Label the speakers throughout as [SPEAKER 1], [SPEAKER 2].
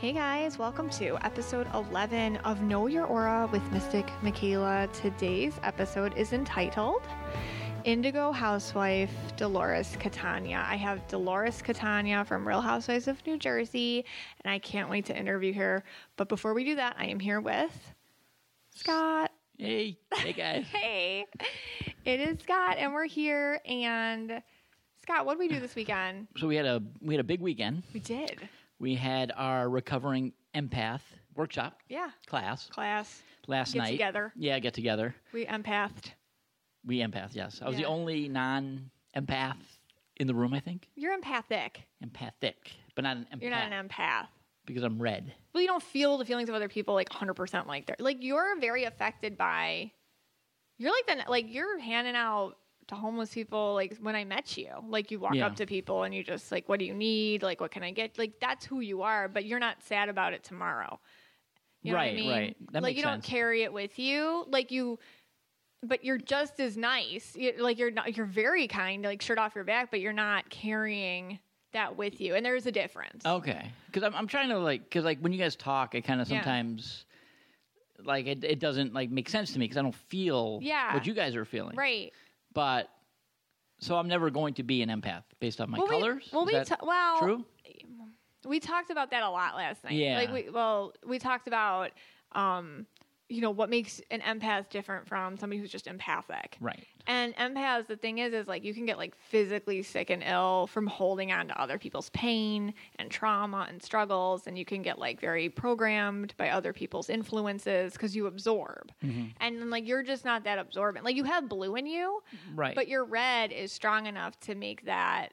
[SPEAKER 1] Hey guys, welcome to episode 11 of Know Your Aura with Mystic Michaela. Today's episode is entitled Indigo Housewife Dolores Catania. I have Dolores Catania from Real Housewives of New Jersey, and I can't wait to interview her. But before we do that, I am here with Scott.
[SPEAKER 2] Hey, hey guys.
[SPEAKER 1] Hey, it is Scott, and we're here. And Scott, what did we do this weekend?
[SPEAKER 2] so we had a we had a big weekend.
[SPEAKER 1] We did.
[SPEAKER 2] We had our recovering empath workshop
[SPEAKER 1] Yeah.
[SPEAKER 2] class
[SPEAKER 1] Class.
[SPEAKER 2] last
[SPEAKER 1] Get
[SPEAKER 2] night.
[SPEAKER 1] together.
[SPEAKER 2] Yeah, get together.
[SPEAKER 1] We empathed.
[SPEAKER 2] We empath. Yes, I was
[SPEAKER 1] Yeah.
[SPEAKER 2] the only non-empath in the room. I think
[SPEAKER 1] You're empathic.
[SPEAKER 2] empathic, but not an empath
[SPEAKER 1] You're not an empath.
[SPEAKER 2] because I'm red.
[SPEAKER 1] Well, you don't feel the feelings of other people like 100% like they're like you're very affected by you're like the like you're handing out to homeless people like when I met you. Like you walk
[SPEAKER 2] Yeah.
[SPEAKER 1] up to people and you just like what do you need? Like what can I get? Like that's who you are, but you're not sad about it tomorrow. You know what I
[SPEAKER 2] Right,
[SPEAKER 1] mean?
[SPEAKER 2] right. That
[SPEAKER 1] like
[SPEAKER 2] makes
[SPEAKER 1] you don't
[SPEAKER 2] sense.
[SPEAKER 1] carry it with you. Like you but you're just as nice. You- like you're not, you're very kind, like shirt off your back, but you're not carrying that with you. And there's a difference.
[SPEAKER 2] Okay, because I'm I'm trying to like because like when you guys talk, it kind of
[SPEAKER 1] Yeah.
[SPEAKER 2] sometimes like it it doesn't like make sense to me because I don't feel
[SPEAKER 1] Yeah.
[SPEAKER 2] what you guys are feeling.
[SPEAKER 1] Right.
[SPEAKER 2] but so I'm never going to be an empath based on my
[SPEAKER 1] Well, we-
[SPEAKER 2] colors.
[SPEAKER 1] well,
[SPEAKER 2] Is
[SPEAKER 1] we
[SPEAKER 2] that
[SPEAKER 1] ta- well,
[SPEAKER 2] true.
[SPEAKER 1] we talked about that a lot last night.
[SPEAKER 2] Yeah.
[SPEAKER 1] Like we well, we talked about um, you know, what makes an empath different from somebody who's just empathic.
[SPEAKER 2] Right.
[SPEAKER 1] And empaths, the thing is, is like you can get like physically sick and ill from holding on to other people's pain and trauma and struggles, and you can get like very programmed by other people's influences because you absorb.
[SPEAKER 2] Mm-hmm.
[SPEAKER 1] And then like you're just not that absorbent. Like you have blue in you,
[SPEAKER 2] Right.
[SPEAKER 1] but your red is strong enough to make that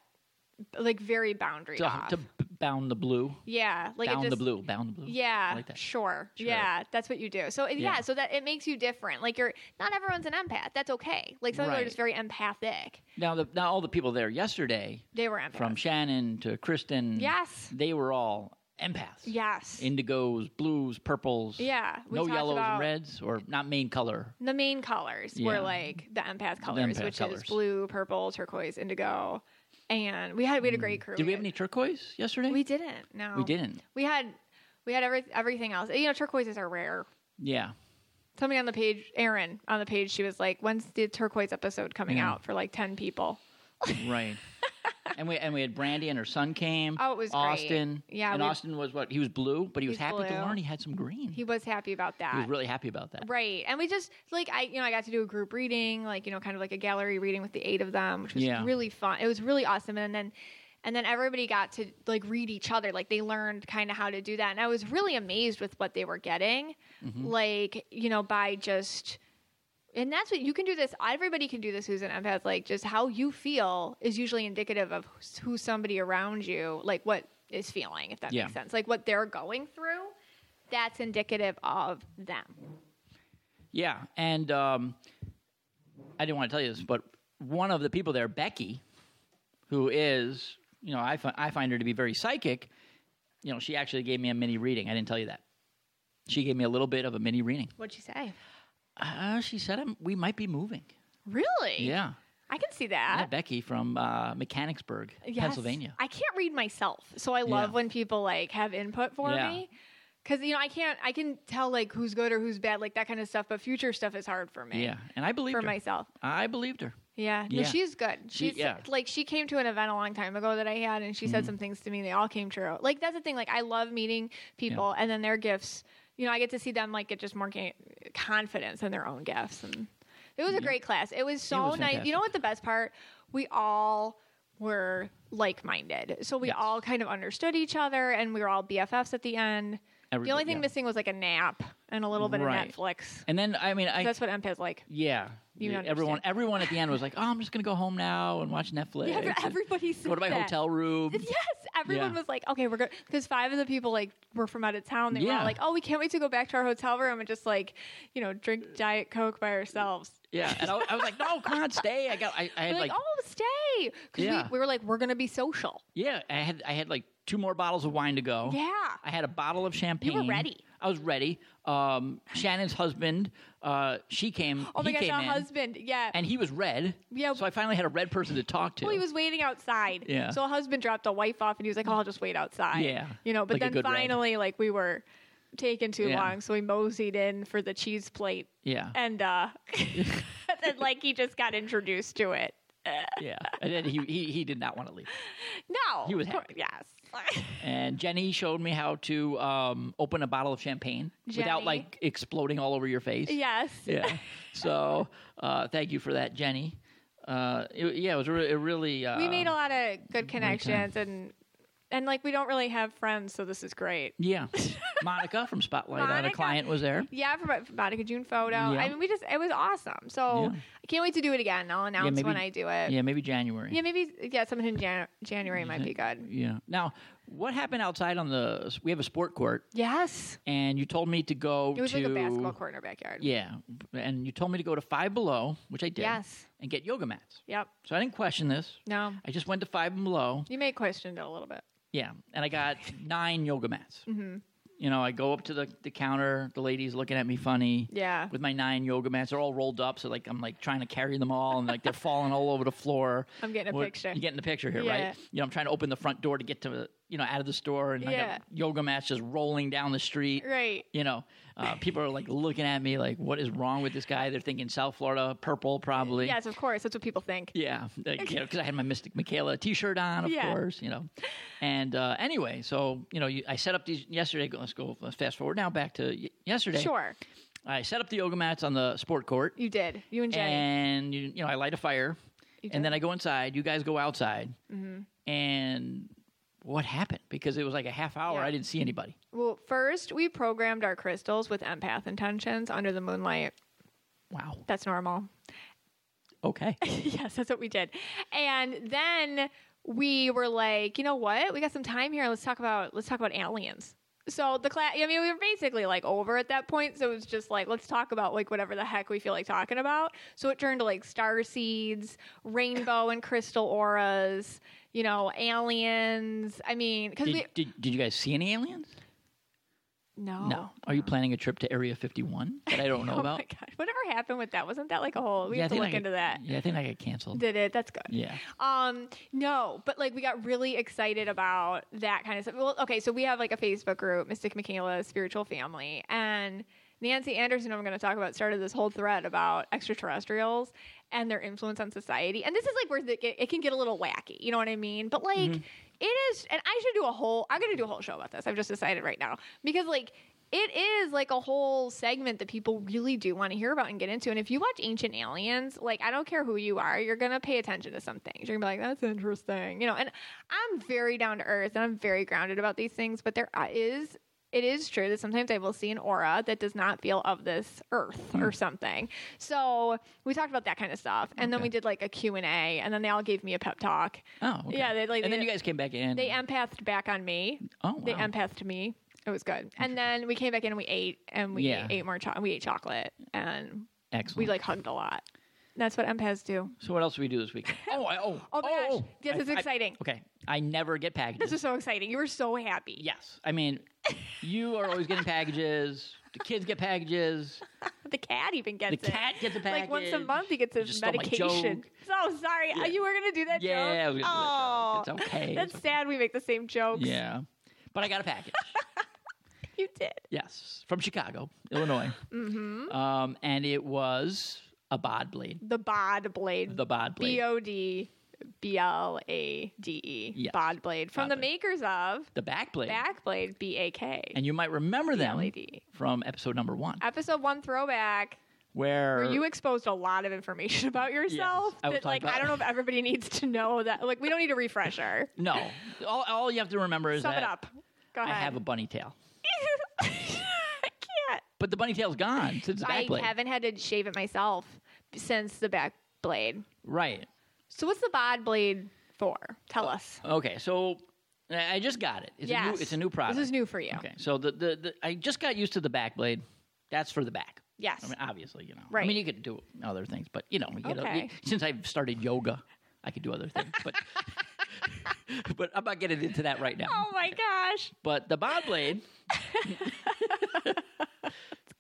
[SPEAKER 1] like very boundary
[SPEAKER 2] to,
[SPEAKER 1] off.
[SPEAKER 2] to b- bound the blue,
[SPEAKER 1] yeah, like
[SPEAKER 2] bound
[SPEAKER 1] it just,
[SPEAKER 2] the blue, bound the blue.
[SPEAKER 1] Yeah,
[SPEAKER 2] I like that.
[SPEAKER 1] Sure.
[SPEAKER 2] Sure.
[SPEAKER 1] Yeah, that's what you do. So it- yeah.
[SPEAKER 2] Yeah.
[SPEAKER 1] so that it makes you different. Like you're not everyone's an empath. That's okay. Like some people are
[SPEAKER 2] Right.
[SPEAKER 1] just very empathic.
[SPEAKER 2] Now, the, now all the people there yesterday,
[SPEAKER 1] They were empaths.
[SPEAKER 2] from Shannon to Kristen,
[SPEAKER 1] Yes.
[SPEAKER 2] they were all empaths.
[SPEAKER 1] yes.
[SPEAKER 2] Indigos, blues, purples.
[SPEAKER 1] Yeah, we
[SPEAKER 2] no
[SPEAKER 1] talked
[SPEAKER 2] yellows
[SPEAKER 1] about-
[SPEAKER 2] and reds, or not main color.
[SPEAKER 1] the main colors were
[SPEAKER 2] Yeah.
[SPEAKER 1] like the empath colors,
[SPEAKER 2] empath
[SPEAKER 1] which
[SPEAKER 2] colors.
[SPEAKER 1] is blue, purple, turquoise, indigo, and we had we had a great crew.
[SPEAKER 2] Mm. Did we have any turquoise yesterday?
[SPEAKER 1] We didn't. No,
[SPEAKER 2] We didn't.
[SPEAKER 1] We had we had every, everything else. You know, turquoises are rare.
[SPEAKER 2] Yeah.
[SPEAKER 1] Somebody on the page, Erin on the page, she was like, "When's the turquoise episode coming
[SPEAKER 2] Yeah.
[SPEAKER 1] out for like ten people?"
[SPEAKER 2] Right. and we and we had Brandy and her son came.
[SPEAKER 1] Oh, it was great.
[SPEAKER 2] Austin.
[SPEAKER 1] Yeah,
[SPEAKER 2] And
[SPEAKER 1] we-
[SPEAKER 2] Austin was what he was blue, but he was
[SPEAKER 1] He's
[SPEAKER 2] happy
[SPEAKER 1] blue.
[SPEAKER 2] to learn he had some green.
[SPEAKER 1] He was happy about that.
[SPEAKER 2] He was really happy about that.
[SPEAKER 1] Right. And we just like I you know, I got to do a group reading, like, you know, kind of like a gallery reading with the eight of them, which was
[SPEAKER 2] Yeah.
[SPEAKER 1] really fun. It was really awesome. And then and then everybody got to like read each other. Like they learned kind of how to do that. And I was really amazed with what they were getting.
[SPEAKER 2] Mm-hmm.
[SPEAKER 1] Like, you know, by just and that's what you can do this everybody can do this who's an empath like just how you feel is usually indicative of who's- who somebody around you like what is feeling if that
[SPEAKER 2] Yeah.
[SPEAKER 1] makes sense like what they're going through that's indicative of them
[SPEAKER 2] Yeah, and um, I didn't want to tell you this, but one of the people there, Becky, who is, you know, I, fi- I find her to be very psychic. You know, she actually gave me a mini reading. I didn't tell you that. She gave me a little bit of a mini reading.
[SPEAKER 1] What'd she say?
[SPEAKER 2] Uh, she said um we might be moving.
[SPEAKER 1] Really?
[SPEAKER 2] Yeah.
[SPEAKER 1] I can see
[SPEAKER 2] Yeah,
[SPEAKER 1] that.
[SPEAKER 2] Becky from uh, Mechanicsburg,
[SPEAKER 1] Yes.
[SPEAKER 2] Pennsylvania.
[SPEAKER 1] I can't read myself, so I love
[SPEAKER 2] Yeah.
[SPEAKER 1] when people like have input for
[SPEAKER 2] Yeah.
[SPEAKER 1] me. Cause you know I can't I can tell like who's good or who's bad like that kind of stuff but future stuff is hard for me
[SPEAKER 2] Yeah, and I believed
[SPEAKER 1] for
[SPEAKER 2] her.
[SPEAKER 1] myself
[SPEAKER 2] I believed her.
[SPEAKER 1] yeah no
[SPEAKER 2] Yeah.
[SPEAKER 1] she's good
[SPEAKER 2] She-
[SPEAKER 1] she's
[SPEAKER 2] yeah. Mm-hmm.
[SPEAKER 1] like she came to an event a long time ago that I had and she said some things to me and they all came true like that's the thing like I love meeting people and then their gifts you know I get to see them like get just more ga- confidence in their own gifts and it was a great class it was so so
[SPEAKER 2] It was
[SPEAKER 1] nice. You know
[SPEAKER 2] fantastic.
[SPEAKER 1] what the best part? We all were like-minded, so we
[SPEAKER 2] Yes.
[SPEAKER 1] all kind of understood each other, and we were all BFFs at the end. the only
[SPEAKER 2] Everybody-
[SPEAKER 1] thing
[SPEAKER 2] yeah.
[SPEAKER 1] missing was like a nap and a little bit
[SPEAKER 2] Right.
[SPEAKER 1] of Netflix.
[SPEAKER 2] And then I mean, I
[SPEAKER 1] That's what empaths like.
[SPEAKER 2] yeah,
[SPEAKER 1] You don't
[SPEAKER 2] everyone
[SPEAKER 1] understand.
[SPEAKER 2] everyone at the end was like, "Oh, I'm just gonna go home now and watch Netflix."
[SPEAKER 1] Yeah,
[SPEAKER 2] and-
[SPEAKER 1] everybody said
[SPEAKER 2] go to my
[SPEAKER 1] that.
[SPEAKER 2] hotel room.
[SPEAKER 1] Yes, everyone
[SPEAKER 2] Yeah.
[SPEAKER 1] was like, "Okay, we're good," because five of the people like were from out of town. They were all
[SPEAKER 2] Yeah.
[SPEAKER 1] like, "Oh, we can't wait to go back to our hotel room and just like, you know, drink Diet Coke by ourselves."
[SPEAKER 2] Yeah, and I, I was like, no, come on, stay. I got, I, I
[SPEAKER 1] We're
[SPEAKER 2] had
[SPEAKER 1] like,
[SPEAKER 2] like,
[SPEAKER 1] "Oh, stay," because
[SPEAKER 2] Yeah.
[SPEAKER 1] we, we were like, "We're gonna be social."
[SPEAKER 2] yeah, I had, I had like two more bottles of wine to go.
[SPEAKER 1] Yeah,
[SPEAKER 2] I had a bottle of champagne.
[SPEAKER 1] ready.
[SPEAKER 2] I was ready. Um, Shannon's husband, uh, she came.
[SPEAKER 1] Oh my
[SPEAKER 2] he
[SPEAKER 1] gosh,
[SPEAKER 2] came
[SPEAKER 1] our
[SPEAKER 2] in,
[SPEAKER 1] husband. Yeah.
[SPEAKER 2] and he was red.
[SPEAKER 1] Yeah.
[SPEAKER 2] So I finally had a red person to talk to.
[SPEAKER 1] well, he was waiting outside.
[SPEAKER 2] Yeah.
[SPEAKER 1] So a husband dropped a wife off, and he was like, "Oh, I'll just wait outside."
[SPEAKER 2] Yeah.
[SPEAKER 1] You know, but
[SPEAKER 2] Like a
[SPEAKER 1] then
[SPEAKER 2] good red.
[SPEAKER 1] finally, like we were taking too
[SPEAKER 2] Yeah.
[SPEAKER 1] long, so we moseyed in for the cheese plate,
[SPEAKER 2] yeah.
[SPEAKER 1] and uh, then like he just got introduced to it.
[SPEAKER 2] yeah. And then he, he he did not want to leave.
[SPEAKER 1] No,
[SPEAKER 2] He was
[SPEAKER 1] of cour-
[SPEAKER 2] happy.
[SPEAKER 1] Yes.
[SPEAKER 2] And Jenny showed me how to um, open a bottle of champagne without
[SPEAKER 1] Jenny.
[SPEAKER 2] like exploding all over your face.
[SPEAKER 1] yes.
[SPEAKER 2] yeah. So uh, thank you for that, Jenny. Uh, it- yeah, it was re- it really. Uh,
[SPEAKER 1] We made a lot of good connections, and and like we don't really have friends, so this is great.
[SPEAKER 2] Yeah, Monica from Spotlight on a
[SPEAKER 1] Monica.
[SPEAKER 2] client was there.
[SPEAKER 1] Yeah, for my- for Monica June photo.
[SPEAKER 2] Yeah.
[SPEAKER 1] I mean, we just it was awesome. So
[SPEAKER 2] Yeah.
[SPEAKER 1] I can't wait to do it again. I'll announce
[SPEAKER 2] maybe-
[SPEAKER 1] when I do it.
[SPEAKER 2] Yeah, maybe January.
[SPEAKER 1] Yeah, maybe yeah, something in Jan- January might be good.
[SPEAKER 2] Yeah. Now, what happened outside on the? We have a sport court,
[SPEAKER 1] Yes,
[SPEAKER 2] and you told me to go
[SPEAKER 1] it was
[SPEAKER 2] to
[SPEAKER 1] like a basketball court in our backyard.
[SPEAKER 2] Yeah, and you told me to go to Five Below, which I did.
[SPEAKER 1] Yes.
[SPEAKER 2] And get yoga mats.
[SPEAKER 1] Yep.
[SPEAKER 2] So I didn't question this.
[SPEAKER 1] No,
[SPEAKER 2] I just went to Five Below.
[SPEAKER 1] you may question it a little bit.
[SPEAKER 2] Yeah, and I got nine yoga mats. Mm-hmm. You know, I go up to the, the counter. The lady's looking at me funny.
[SPEAKER 1] Yeah.
[SPEAKER 2] With my nine yoga mats, they're all rolled up, so like I'm like trying to carry them all, and like they're falling all over the floor.
[SPEAKER 1] I'm getting a
[SPEAKER 2] What-
[SPEAKER 1] picture.
[SPEAKER 2] You're getting the picture here,
[SPEAKER 1] Yeah.
[SPEAKER 2] right? You know, I'm trying to open the front door to get to the- you know out of the store, and I
[SPEAKER 1] Yeah.
[SPEAKER 2] got yoga mats just rolling down the street.
[SPEAKER 1] Right.
[SPEAKER 2] You know, uh, people are like looking at me like, "What is wrong with this guy?" They're thinking South Florida purple, probably.
[SPEAKER 1] Yes, of course. That's what people think.
[SPEAKER 2] Yeah, because I had my Mystic Michaela T-shirt on, of
[SPEAKER 1] Yeah.
[SPEAKER 2] course, you know. And uh, anyway, so you know, you, I set up these yesterday. go- Let's go. Let's fast forward now back to y- yesterday.
[SPEAKER 1] Sure,
[SPEAKER 2] I set up the yoga mats on the sport court,
[SPEAKER 1] you did. You and Jenny.
[SPEAKER 2] and you, you know, I light a fire,
[SPEAKER 1] You Mm-hmm.
[SPEAKER 2] and
[SPEAKER 1] did.
[SPEAKER 2] then I go inside. You guys go outside, and what happened? Because it was like a half hour.
[SPEAKER 1] Yeah.
[SPEAKER 2] I didn't see anybody.
[SPEAKER 1] well, first we programmed our crystals with empath intentions under the moonlight.
[SPEAKER 2] Wow.
[SPEAKER 1] That's normal.
[SPEAKER 2] Okay.
[SPEAKER 1] yes, that's what we did. And then we were like, you know what? We got some time here. Let's talk about let's talk about aliens. So the class, I mean, we were basically like over at that point. So it was just like, let's talk about like whatever the heck we feel like talking about. So it turned to like star seeds, rainbow and crystal auras, you know, aliens. I mean, because
[SPEAKER 2] did,
[SPEAKER 1] we
[SPEAKER 2] did, did you guys see any aliens?
[SPEAKER 1] no,
[SPEAKER 2] No. Are you planning a trip to Area 51 that I don't know
[SPEAKER 1] oh
[SPEAKER 2] about?
[SPEAKER 1] my god, whatever happened with that? Wasn't that like a whole? We
[SPEAKER 2] Yeah, I
[SPEAKER 1] have to
[SPEAKER 2] think
[SPEAKER 1] look
[SPEAKER 2] I got-
[SPEAKER 1] into that.
[SPEAKER 2] Yeah, I think I got canceled.
[SPEAKER 1] Did it? That's good.
[SPEAKER 2] Yeah.
[SPEAKER 1] Um, no, but like we got really excited about that kind of stuff. Well, okay, so we have like a Facebook group, Mystic Michaela Spiritual Family, and Nancy Anderson, who I'm going to talk about, started this whole thread about extraterrestrials and their influence on society. And this is like where the, it, it can get a little wacky, you know what I mean? But like,
[SPEAKER 2] Mm-hmm.
[SPEAKER 1] it is, and I should do a whole. I'm going to do a whole show about this. I've just decided right now because like it is like a whole segment that people really do want to hear about and get into. And if you watch Ancient Aliens, like I don't care who you are, you're gonna pay attention to some things. You're gonna be like, that's interesting, you know. And I'm very down to earth and I'm very grounded about these things, but there uh, is it is true that sometimes I will see an aura that does not feel of this earth or something. So we talked about that kind of stuff, and then
[SPEAKER 2] Okay.
[SPEAKER 1] we did like a Q and A, and then they all gave me a pep talk.
[SPEAKER 2] Oh, okay.
[SPEAKER 1] Yeah, they, like,
[SPEAKER 2] and then
[SPEAKER 1] they-
[SPEAKER 2] you guys came back in.
[SPEAKER 1] They empathed back on me
[SPEAKER 2] oh, wow.
[SPEAKER 1] they empathed me. It was good. And then we came back in and we ate and we
[SPEAKER 2] Yeah.
[SPEAKER 1] ate more chocolate. We ate chocolate and
[SPEAKER 2] Excellent.
[SPEAKER 1] we like hugged a lot. That's what empaths do.
[SPEAKER 2] so what else do we do this week? Oh, I, oh,
[SPEAKER 1] Oh my gosh. Yes,
[SPEAKER 2] I-
[SPEAKER 1] it's
[SPEAKER 2] I-
[SPEAKER 1] exciting.
[SPEAKER 2] okay, I never get packages.
[SPEAKER 1] This is so exciting. You were so happy.
[SPEAKER 2] yes, I mean, you are always getting packages. The kids get packages.
[SPEAKER 1] The cat even
[SPEAKER 2] The
[SPEAKER 1] gets it.
[SPEAKER 2] cat gets a package.
[SPEAKER 1] Like once a month he gets
[SPEAKER 2] You
[SPEAKER 1] his
[SPEAKER 2] just stole my
[SPEAKER 1] medication.
[SPEAKER 2] joke.
[SPEAKER 1] So sorry.
[SPEAKER 2] Yeah.
[SPEAKER 1] You were gonna do that
[SPEAKER 2] Yeah, I
[SPEAKER 1] joke.
[SPEAKER 2] was gonna do that joke. It's
[SPEAKER 1] Oh,
[SPEAKER 2] okay.
[SPEAKER 1] That's sad we make the same jokes.
[SPEAKER 2] Yeah, but I got a package.
[SPEAKER 1] You did.
[SPEAKER 2] yes, from Chicago, Illinois. mm-hmm. Um, and it was a bod blade.
[SPEAKER 1] The bod blade.
[SPEAKER 2] The bod blade.
[SPEAKER 1] B O D B L A D E.
[SPEAKER 2] Yes.
[SPEAKER 1] Bod blade. From
[SPEAKER 2] Bod
[SPEAKER 1] the
[SPEAKER 2] blade.
[SPEAKER 1] makers of
[SPEAKER 2] the back blade.
[SPEAKER 1] Backblade B A K.
[SPEAKER 2] and you might remember them
[SPEAKER 1] LED.
[SPEAKER 2] from episode number one,
[SPEAKER 1] episode one throwback
[SPEAKER 2] where
[SPEAKER 1] where Uh, you exposed a lot of information about yourself
[SPEAKER 2] Er, I will
[SPEAKER 1] that
[SPEAKER 2] talk
[SPEAKER 1] like
[SPEAKER 2] about-
[SPEAKER 1] i don't know if everybody needs to know that like we don't need a refresher
[SPEAKER 2] no, all, all you have to remember is
[SPEAKER 1] sum
[SPEAKER 2] that
[SPEAKER 1] it up go
[SPEAKER 2] I
[SPEAKER 1] ahead
[SPEAKER 2] have a bunny tail.
[SPEAKER 1] I can't
[SPEAKER 2] But the bunny tail's gone since the back
[SPEAKER 1] i
[SPEAKER 2] blade.
[SPEAKER 1] haven't had to shave it myself since the back blade
[SPEAKER 2] Right.
[SPEAKER 1] so what's the bod blade for tell us
[SPEAKER 2] Okay. So I I just got it. Oh, It's a
[SPEAKER 1] Yes.
[SPEAKER 2] new. It's a new product.
[SPEAKER 1] this is new for you
[SPEAKER 2] Okay. So the, the the I just got used to the back blade. That's for the back.
[SPEAKER 1] yes
[SPEAKER 2] I mean, obviously, you know. I
[SPEAKER 1] Right.
[SPEAKER 2] mean, you could do other things, but you know, you know,
[SPEAKER 1] Okay.
[SPEAKER 2] since I've started yoga, I could do other things. But but I'm not getting into that right now.
[SPEAKER 1] Oh my gosh.
[SPEAKER 2] But the bod blade.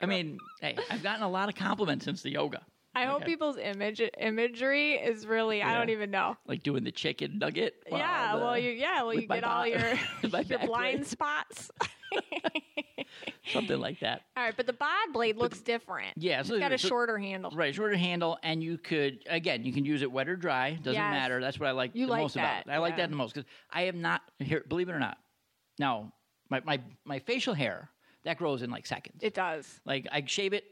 [SPEAKER 2] I mean, hey, I've gotten a lot of compliments since the yoga.
[SPEAKER 1] I hope
[SPEAKER 2] Okay.
[SPEAKER 1] people's image imagery is really I
[SPEAKER 2] Yeah.
[SPEAKER 1] don't even know.
[SPEAKER 2] Like doing the chicken nugget. while
[SPEAKER 1] yeah,
[SPEAKER 2] the-
[SPEAKER 1] well you yeah, well
[SPEAKER 2] with
[SPEAKER 1] you
[SPEAKER 2] my
[SPEAKER 1] get all
[SPEAKER 2] bod-
[SPEAKER 1] your
[SPEAKER 2] with my
[SPEAKER 1] your
[SPEAKER 2] back
[SPEAKER 1] blind
[SPEAKER 2] leg.
[SPEAKER 1] spots.
[SPEAKER 2] something like that.
[SPEAKER 1] all right, but the bod blade looks different.
[SPEAKER 2] Yeah, so
[SPEAKER 1] it's got a
[SPEAKER 2] so-
[SPEAKER 1] shorter handle.
[SPEAKER 2] Right, shorter handle, and you could again, you can use it wet or dry. Doesn't
[SPEAKER 1] Yes.
[SPEAKER 2] matter. That's what I like
[SPEAKER 1] You
[SPEAKER 2] the
[SPEAKER 1] like
[SPEAKER 2] most about it.
[SPEAKER 1] that,
[SPEAKER 2] I like
[SPEAKER 1] yeah.
[SPEAKER 2] that the most because I am not here. Believe it or not, now my my my facial hair that grows in like seconds.
[SPEAKER 1] It does.
[SPEAKER 2] like I shave it,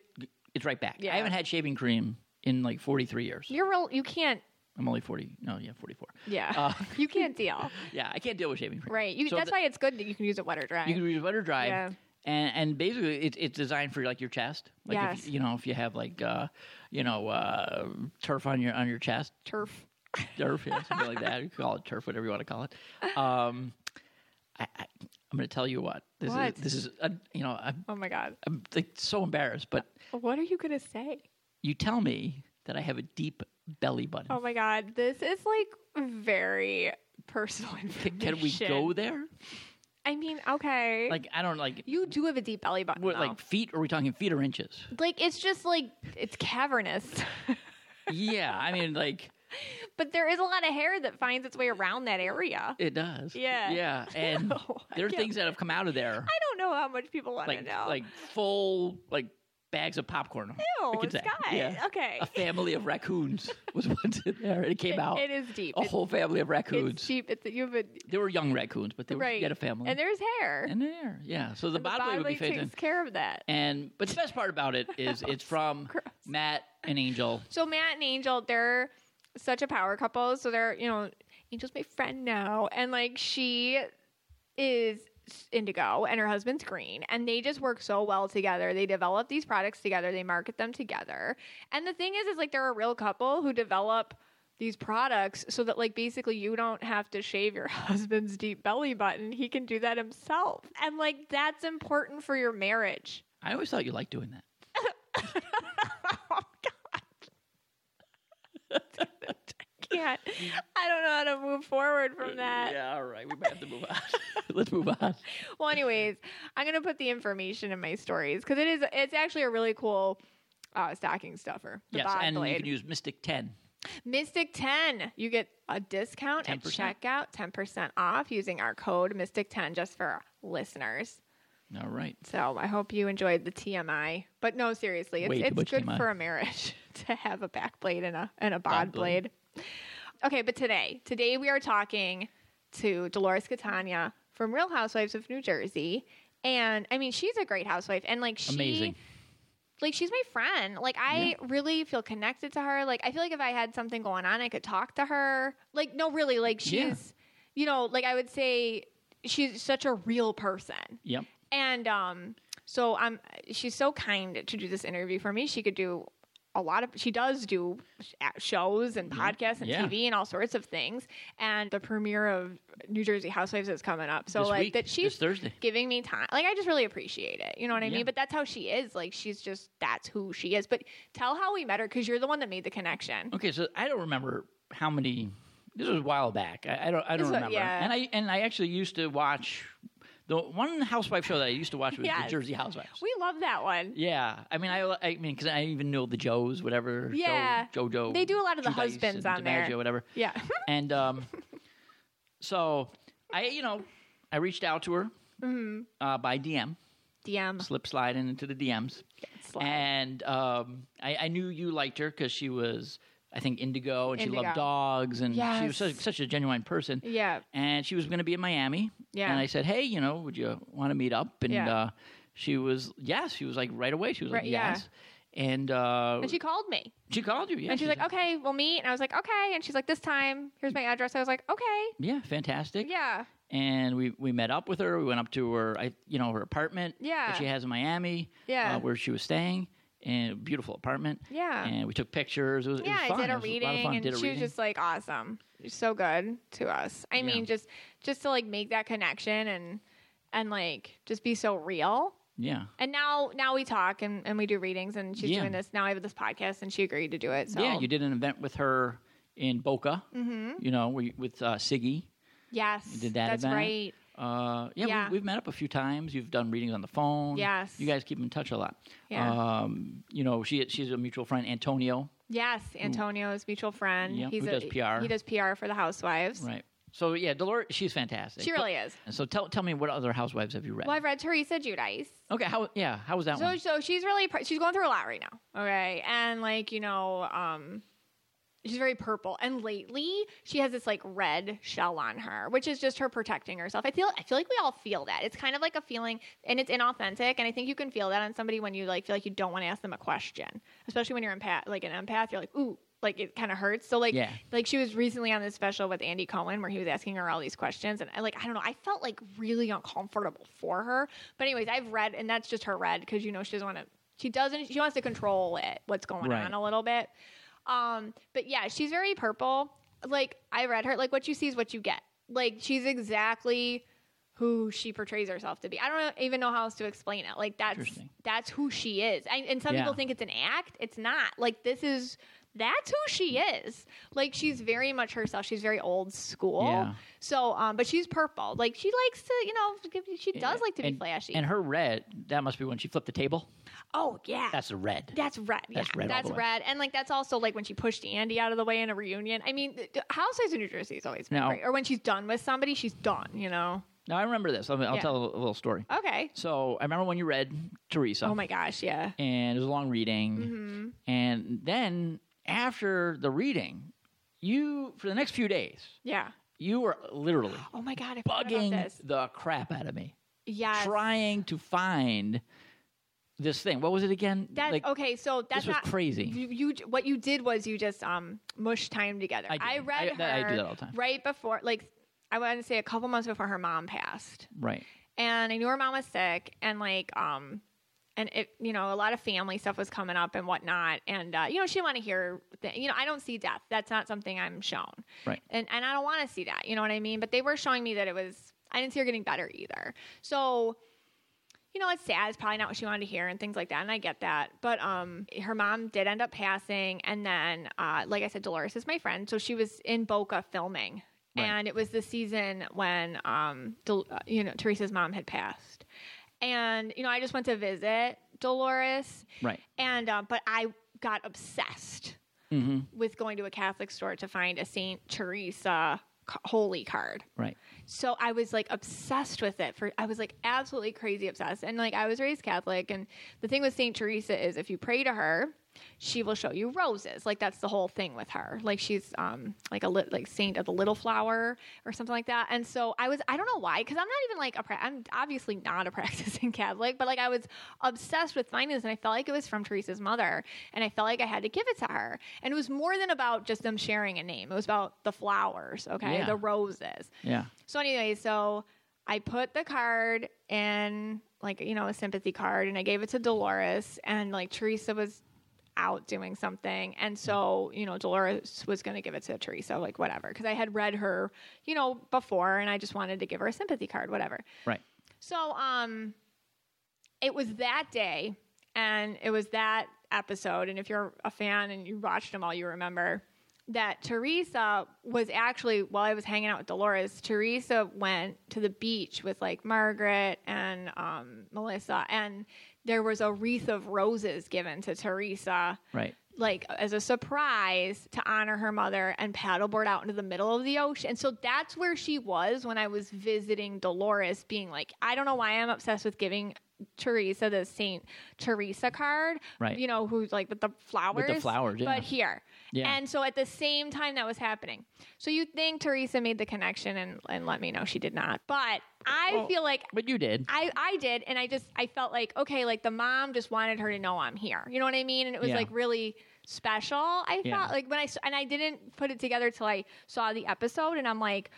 [SPEAKER 2] it's right back.
[SPEAKER 1] Yeah.
[SPEAKER 2] I haven't had shaving cream in like forty three years.
[SPEAKER 1] You're real you can't
[SPEAKER 2] I'm only forty. No, yeah, forty four.
[SPEAKER 1] yeah.
[SPEAKER 2] Uh,
[SPEAKER 1] you can't deal.
[SPEAKER 2] Yeah, I can't deal with shaving cream.
[SPEAKER 1] Right. You
[SPEAKER 2] So
[SPEAKER 1] that's
[SPEAKER 2] the-
[SPEAKER 1] why it's good that you can use it wet or dry.
[SPEAKER 2] you can use wet or dry.
[SPEAKER 1] Yeah.
[SPEAKER 2] And, and basically, it's it's designed for like your chest. Like
[SPEAKER 1] Yes.
[SPEAKER 2] if, you know, if you have like uh, you know uh, turf on your on your chest,
[SPEAKER 1] Turf.
[SPEAKER 2] turf, yeah, something like that. You can call it turf, whatever you want to call it. Um, I, I, I'm going to tell you what this is.
[SPEAKER 1] What?
[SPEAKER 2] This is a, you know I'm,
[SPEAKER 1] Oh my god.
[SPEAKER 2] I'm like, so embarrassed, but
[SPEAKER 1] What are you gonna say?
[SPEAKER 2] you tell me that I have a deep belly button.
[SPEAKER 1] Oh my god, this is like very personal
[SPEAKER 2] Can,
[SPEAKER 1] information.
[SPEAKER 2] can we go there?
[SPEAKER 1] I mean, okay.
[SPEAKER 2] Like I don't like
[SPEAKER 1] you do have a deep belly button.
[SPEAKER 2] what,
[SPEAKER 1] though.
[SPEAKER 2] like feet. Are we talking feet or inches?
[SPEAKER 1] like it's just like it's cavernous
[SPEAKER 2] yeah, I mean like.
[SPEAKER 1] but there is a lot of hair that finds its way around that area
[SPEAKER 2] It does.
[SPEAKER 1] Yeah.
[SPEAKER 2] Yeah. And
[SPEAKER 1] know. I
[SPEAKER 2] there are
[SPEAKER 1] can't-
[SPEAKER 2] things that have come out of there,
[SPEAKER 1] i don't know how much people want
[SPEAKER 2] like
[SPEAKER 1] to know
[SPEAKER 2] like full like bags of popcorn. I
[SPEAKER 1] Ew,
[SPEAKER 2] could say.
[SPEAKER 1] Scott.
[SPEAKER 2] Yeah.
[SPEAKER 1] okay
[SPEAKER 2] A family of raccoons was once in there, and it came out
[SPEAKER 1] it is deep
[SPEAKER 2] a
[SPEAKER 1] It's-
[SPEAKER 2] whole family of
[SPEAKER 1] it's
[SPEAKER 2] raccoons.
[SPEAKER 1] deep it's you have a
[SPEAKER 2] They were young raccoons, but they were
[SPEAKER 1] right
[SPEAKER 2] yet a family.
[SPEAKER 1] and there's hair
[SPEAKER 2] And there, yeah. So
[SPEAKER 1] And
[SPEAKER 2] the
[SPEAKER 1] the
[SPEAKER 2] bottom would be
[SPEAKER 1] bodily
[SPEAKER 2] facing.
[SPEAKER 1] takes care of that
[SPEAKER 2] And but the best part about it is it's from
[SPEAKER 1] Gross.
[SPEAKER 2] Matt and Angel.
[SPEAKER 1] so matt and angel they're such a power couple so they're you know angel's my friend now and like she is indigo and her husband's green and they just work so well together they develop these products together they market them together and the thing is is like they're a real couple who develop these products so that like basically you don't have to shave your husband's deep belly button he can do that himself and like that's important for your marriage
[SPEAKER 2] I always thought you liked doing that.
[SPEAKER 1] can't i don't know how to move forward from that
[SPEAKER 2] Yeah, all right. We might have to move on. Let's move on.
[SPEAKER 1] well anyways i'm gonna put the information in my stories because it is it's actually a really cool uh, stocking stuffer the
[SPEAKER 2] yes,
[SPEAKER 1] bod
[SPEAKER 2] and you
[SPEAKER 1] blade.
[SPEAKER 2] can use Mystic Ten.
[SPEAKER 1] mystic 10 you get a discount at
[SPEAKER 2] 10%.
[SPEAKER 1] checkout 10% off using our code mystic 10 just for our listeners
[SPEAKER 2] All right.
[SPEAKER 1] so i hope you enjoyed the tmi but no seriously
[SPEAKER 2] Way
[SPEAKER 1] it's,
[SPEAKER 2] too
[SPEAKER 1] it's
[SPEAKER 2] much
[SPEAKER 1] good
[SPEAKER 2] TMI.
[SPEAKER 1] for a marriage to have a back blade and a, and a bod,
[SPEAKER 2] Bod blade.
[SPEAKER 1] blade okay but today today we are talking to dolores catania from real housewives of new jersey and i mean she's a great housewife and like she
[SPEAKER 2] Amazing.
[SPEAKER 1] like she's my friend. Like I really feel connected to her. Like I feel like if I had something going on, I could talk to her. Like no, really, like she's,
[SPEAKER 2] Yeah.
[SPEAKER 1] you know, like I would say she's such a real person.
[SPEAKER 2] Yep.
[SPEAKER 1] And um, so um, she's so kind to do this interview for me. She could do a lot of she does do sh- shows and podcasts and
[SPEAKER 2] Mm-hmm. Yeah.
[SPEAKER 1] TV and all sorts of things. And the premiere of New Jersey Housewives is coming up. So
[SPEAKER 2] This
[SPEAKER 1] like
[SPEAKER 2] week,
[SPEAKER 1] that she's
[SPEAKER 2] this Thursday.
[SPEAKER 1] giving me time. Like I just really appreciate it. You know what I
[SPEAKER 2] Yeah.
[SPEAKER 1] mean? But that's how she is. Like she's just that's who she is. But tell how we met her because you're the one that made the connection.
[SPEAKER 2] Okay, so I don't remember how many. This was a while back. I, I don't. I
[SPEAKER 1] This
[SPEAKER 2] don't
[SPEAKER 1] was-
[SPEAKER 2] remember.
[SPEAKER 1] yeah.
[SPEAKER 2] And I and I actually used to watch the one housewife show that I used to watch was
[SPEAKER 1] Yes.
[SPEAKER 2] the Jersey Housewives.
[SPEAKER 1] We love that one.
[SPEAKER 2] yeah, I mean, I, I mean, because I even know the Joes, whatever. Joe-
[SPEAKER 1] Yeah.
[SPEAKER 2] JoJo.
[SPEAKER 1] They do a lot of the
[SPEAKER 2] Judice
[SPEAKER 1] husbands
[SPEAKER 2] and
[SPEAKER 1] on there.
[SPEAKER 2] DiMaggio, whatever.
[SPEAKER 1] Yeah.
[SPEAKER 2] And um, so I, you know, I reached out to her
[SPEAKER 1] Mm-hmm.
[SPEAKER 2] uh, by DM,
[SPEAKER 1] DM.
[SPEAKER 2] slip sliding into the DMs.
[SPEAKER 1] Slide.
[SPEAKER 2] And um, I, I knew you liked her because she was, I think, indigo, and she
[SPEAKER 1] Indigo.
[SPEAKER 2] loved dogs, and she was such,
[SPEAKER 1] Yes.
[SPEAKER 2] such a genuine person.
[SPEAKER 1] Yeah.
[SPEAKER 2] And she was going to be in Miami.
[SPEAKER 1] Yeah.
[SPEAKER 2] And I said, hey, you know, would you want to meet up? And
[SPEAKER 1] Yeah.
[SPEAKER 2] uh, she was, yes. She was like right away. She was like,
[SPEAKER 1] Right, yeah.
[SPEAKER 2] yes. And, uh,
[SPEAKER 1] And she called me.
[SPEAKER 2] she called you. Yeah.
[SPEAKER 1] and she's like, okay, we'll meet. And I was like, okay. And she's like, this time, here's my address. I was like, okay.
[SPEAKER 2] yeah, fantastic.
[SPEAKER 1] Yeah.
[SPEAKER 2] and we, we met up with her. We went up to her, I, you know, her apartment
[SPEAKER 1] Yeah.
[SPEAKER 2] that she has in Miami,
[SPEAKER 1] Yeah.
[SPEAKER 2] uh, where she was staying, and a beautiful apartment.
[SPEAKER 1] Yeah.
[SPEAKER 2] and we took pictures. It was, it was
[SPEAKER 1] Yeah, I
[SPEAKER 2] fun.
[SPEAKER 1] did
[SPEAKER 2] It
[SPEAKER 1] a
[SPEAKER 2] was lot of
[SPEAKER 1] reading
[SPEAKER 2] fun.
[SPEAKER 1] and
[SPEAKER 2] Did a
[SPEAKER 1] she was
[SPEAKER 2] reading.
[SPEAKER 1] just like awesome. She's so good to us. I mean, just just to like make that connection and and like just be so real.
[SPEAKER 2] yeah,
[SPEAKER 1] And now now we talk and, and we do readings and she's
[SPEAKER 2] Yeah.
[SPEAKER 1] doing this. Now I have this podcast and she agreed to do it. So Mm-hmm.
[SPEAKER 2] yeah. You did an event with her in Boca, you know, we, with uh, Siggy.
[SPEAKER 1] Yes.
[SPEAKER 2] did that
[SPEAKER 1] That's
[SPEAKER 2] event.
[SPEAKER 1] right.
[SPEAKER 2] Uh, yeah,
[SPEAKER 1] Yeah.
[SPEAKER 2] We, we've met up a few times. You've done readings on the phone.
[SPEAKER 1] Yes.
[SPEAKER 2] you guys keep in touch a lot.
[SPEAKER 1] Yeah.
[SPEAKER 2] Um, you know, she she's a mutual friend, Antonio.
[SPEAKER 1] Yes, Antonio's mutual friend.
[SPEAKER 2] Yeah,
[SPEAKER 1] He's
[SPEAKER 2] who
[SPEAKER 1] a,
[SPEAKER 2] does PR.
[SPEAKER 1] He does PR for the Housewives.
[SPEAKER 2] Right. So yeah, Dolores, she's fantastic.
[SPEAKER 1] She really is.
[SPEAKER 2] But- so tell tell me what other housewives have you read?
[SPEAKER 1] Well, I've read Teresa Judice.
[SPEAKER 2] okay. How yeah? How was that
[SPEAKER 1] So,
[SPEAKER 2] one?
[SPEAKER 1] so she's really pr- she's going through a lot right now. Okay, and like you know, um, she's very purple. And lately, she has this like red shell on her, which is just her protecting herself. I feel I feel like we all feel that. It's kind of like a feeling, and it's inauthentic. And I think you can feel that on somebody when you like feel like you don't want to ask them a question, especially when you're empath, like an empath. You're like, ooh. Like it kind of hurts. So like,
[SPEAKER 2] Yeah.
[SPEAKER 1] like she was recently on this special with Andy Cohen where he was asking her all these questions, and I like I don't know, I felt like really uncomfortable for her. But anyways, I've read, and that's just her read because you know she doesn't want to. She doesn't. She wants to control it. What's going
[SPEAKER 2] Right.
[SPEAKER 1] on a little bit. Um, but yeah, she's very purple. Like I read her, like what you see is what you get. Like she's exactly who she portrays herself to be. I don't even know how else to explain it. Like that's
[SPEAKER 2] Interesting.
[SPEAKER 1] that's who she is. And, and some
[SPEAKER 2] Yeah.
[SPEAKER 1] people think it's an act. It's not. Like this is that's who she is. Like she's very much herself. She's very old school.
[SPEAKER 2] Yeah.
[SPEAKER 1] So, um, but she's purple. Like she likes to, you know, give- she does like to be
[SPEAKER 2] and,
[SPEAKER 1] flashy.
[SPEAKER 2] And her red, that must be when she flipped the table.
[SPEAKER 1] oh yeah.
[SPEAKER 2] That's a red.
[SPEAKER 1] That's red. Yeah,
[SPEAKER 2] That's red all
[SPEAKER 1] That's
[SPEAKER 2] the way.
[SPEAKER 1] red. And like that's also like when she pushed Andy out of the way in a reunion. I mean, th- th- Housewives of New Jersey is always been
[SPEAKER 2] No.
[SPEAKER 1] great. Or when she's done with somebody, she's done. You know.
[SPEAKER 2] now I remember this. I'll, I'll
[SPEAKER 1] Yeah.
[SPEAKER 2] tell a little story.
[SPEAKER 1] Okay.
[SPEAKER 2] So I remember when you read Teresa.
[SPEAKER 1] Oh my Mm-hmm. gosh. Yeah.
[SPEAKER 2] and it was a long reading. And then after the reading, you for the next few days,
[SPEAKER 1] Yeah.
[SPEAKER 2] you were literally
[SPEAKER 1] Oh my god. I forgot about
[SPEAKER 2] bugging
[SPEAKER 1] this.
[SPEAKER 2] the crap out of me,
[SPEAKER 1] Yes.
[SPEAKER 2] trying to find this thing. What was it again?
[SPEAKER 1] That
[SPEAKER 2] Like,
[SPEAKER 1] okay. So that's
[SPEAKER 2] this was
[SPEAKER 1] not
[SPEAKER 2] crazy.
[SPEAKER 1] You, you what you did was you just um mushed time together.
[SPEAKER 2] I do.
[SPEAKER 1] read
[SPEAKER 2] I- that- I do
[SPEAKER 1] her
[SPEAKER 2] that all the time.
[SPEAKER 1] right before like I want to say a couple months before her mom passed.
[SPEAKER 2] Right.
[SPEAKER 1] and I knew her mom was sick, and like, um, and it, you know, a lot of family stuff was coming up and whatnot, and uh, you know, she didn't want to hear, th- you know, I don't see death. That's not something I'm shown,
[SPEAKER 2] Right.
[SPEAKER 1] and and I don't want to see that. You know what I mean? But they were showing me that it was. I didn't see her getting better either. So. You know, it's sad. It's probably not what she wanted to hear and things like that. And I get that. But um, her mom did end up passing. And then, uh, like I said, Dolores is my friend. So she was in Boca filming
[SPEAKER 2] Right.
[SPEAKER 1] and it was the season when um Del- uh, you know Teresa's mom had passed and you know I just went to visit Dolores
[SPEAKER 2] Right.
[SPEAKER 1] and uh, but I got obsessed
[SPEAKER 2] hmm
[SPEAKER 1] with going to a Catholic store to find a Saint Teresa c- holy card
[SPEAKER 2] Right.
[SPEAKER 1] so I was like obsessed with it for I was like absolutely crazy obsessed. And like I was raised Catholic and the thing with Saint Teresa is if you pray to her, she will show you roses. Like that's the whole thing with her. Like she's um like a lit, like saint of the little flower or something like that. And so I was I don't know why cuz I'm not even like a pra- I'm obviously not a practicing Catholic, but like I was obsessed with finding this and I felt like it was from Teresa's mother and I felt like I had to give it to her. And it was more than about just them sharing a name. It was about the flowers, okay?
[SPEAKER 2] Yeah.
[SPEAKER 1] The roses.
[SPEAKER 2] Yeah.
[SPEAKER 1] So anyway, so I put the card in like you know a sympathy card and I gave it to Dolores and like Teresa was out doing something and so you know Dolores was going to give it to Teresa like whatever cuz I had read her you know before and I just wanted to give her a sympathy card whatever.
[SPEAKER 2] Right.
[SPEAKER 1] So um it was that day and it was that episode and if you're a fan and you watched them all you remember that Teresa was actually while I was hanging out with Dolores, Teresa went to the beach with like Margaret and um, Melissa and there was a wreath of roses given to Teresa
[SPEAKER 2] Right.
[SPEAKER 1] like as a surprise to honor her mother and paddleboard out into the middle of the ocean. And so that's where she was when I was visiting Dolores, being like, I don't know why I'm obsessed with giving Teresa the Saint Teresa card,
[SPEAKER 2] Right.
[SPEAKER 1] You know, who's like with the flowers,
[SPEAKER 2] flowers, yeah.
[SPEAKER 1] but here.
[SPEAKER 2] Yeah.
[SPEAKER 1] And so at the same time that was happening. So you think Teresa made the connection and, and let me know she did not. But I
[SPEAKER 2] Well,
[SPEAKER 1] feel like
[SPEAKER 2] But you did.
[SPEAKER 1] I, I did and I just I felt like okay like the mom just wanted her to know I'm here you know what I mean and it was
[SPEAKER 2] Yeah.
[SPEAKER 1] like really special I
[SPEAKER 2] Yeah.
[SPEAKER 1] felt like when I s- and I didn't put it together till I saw the episode and I'm like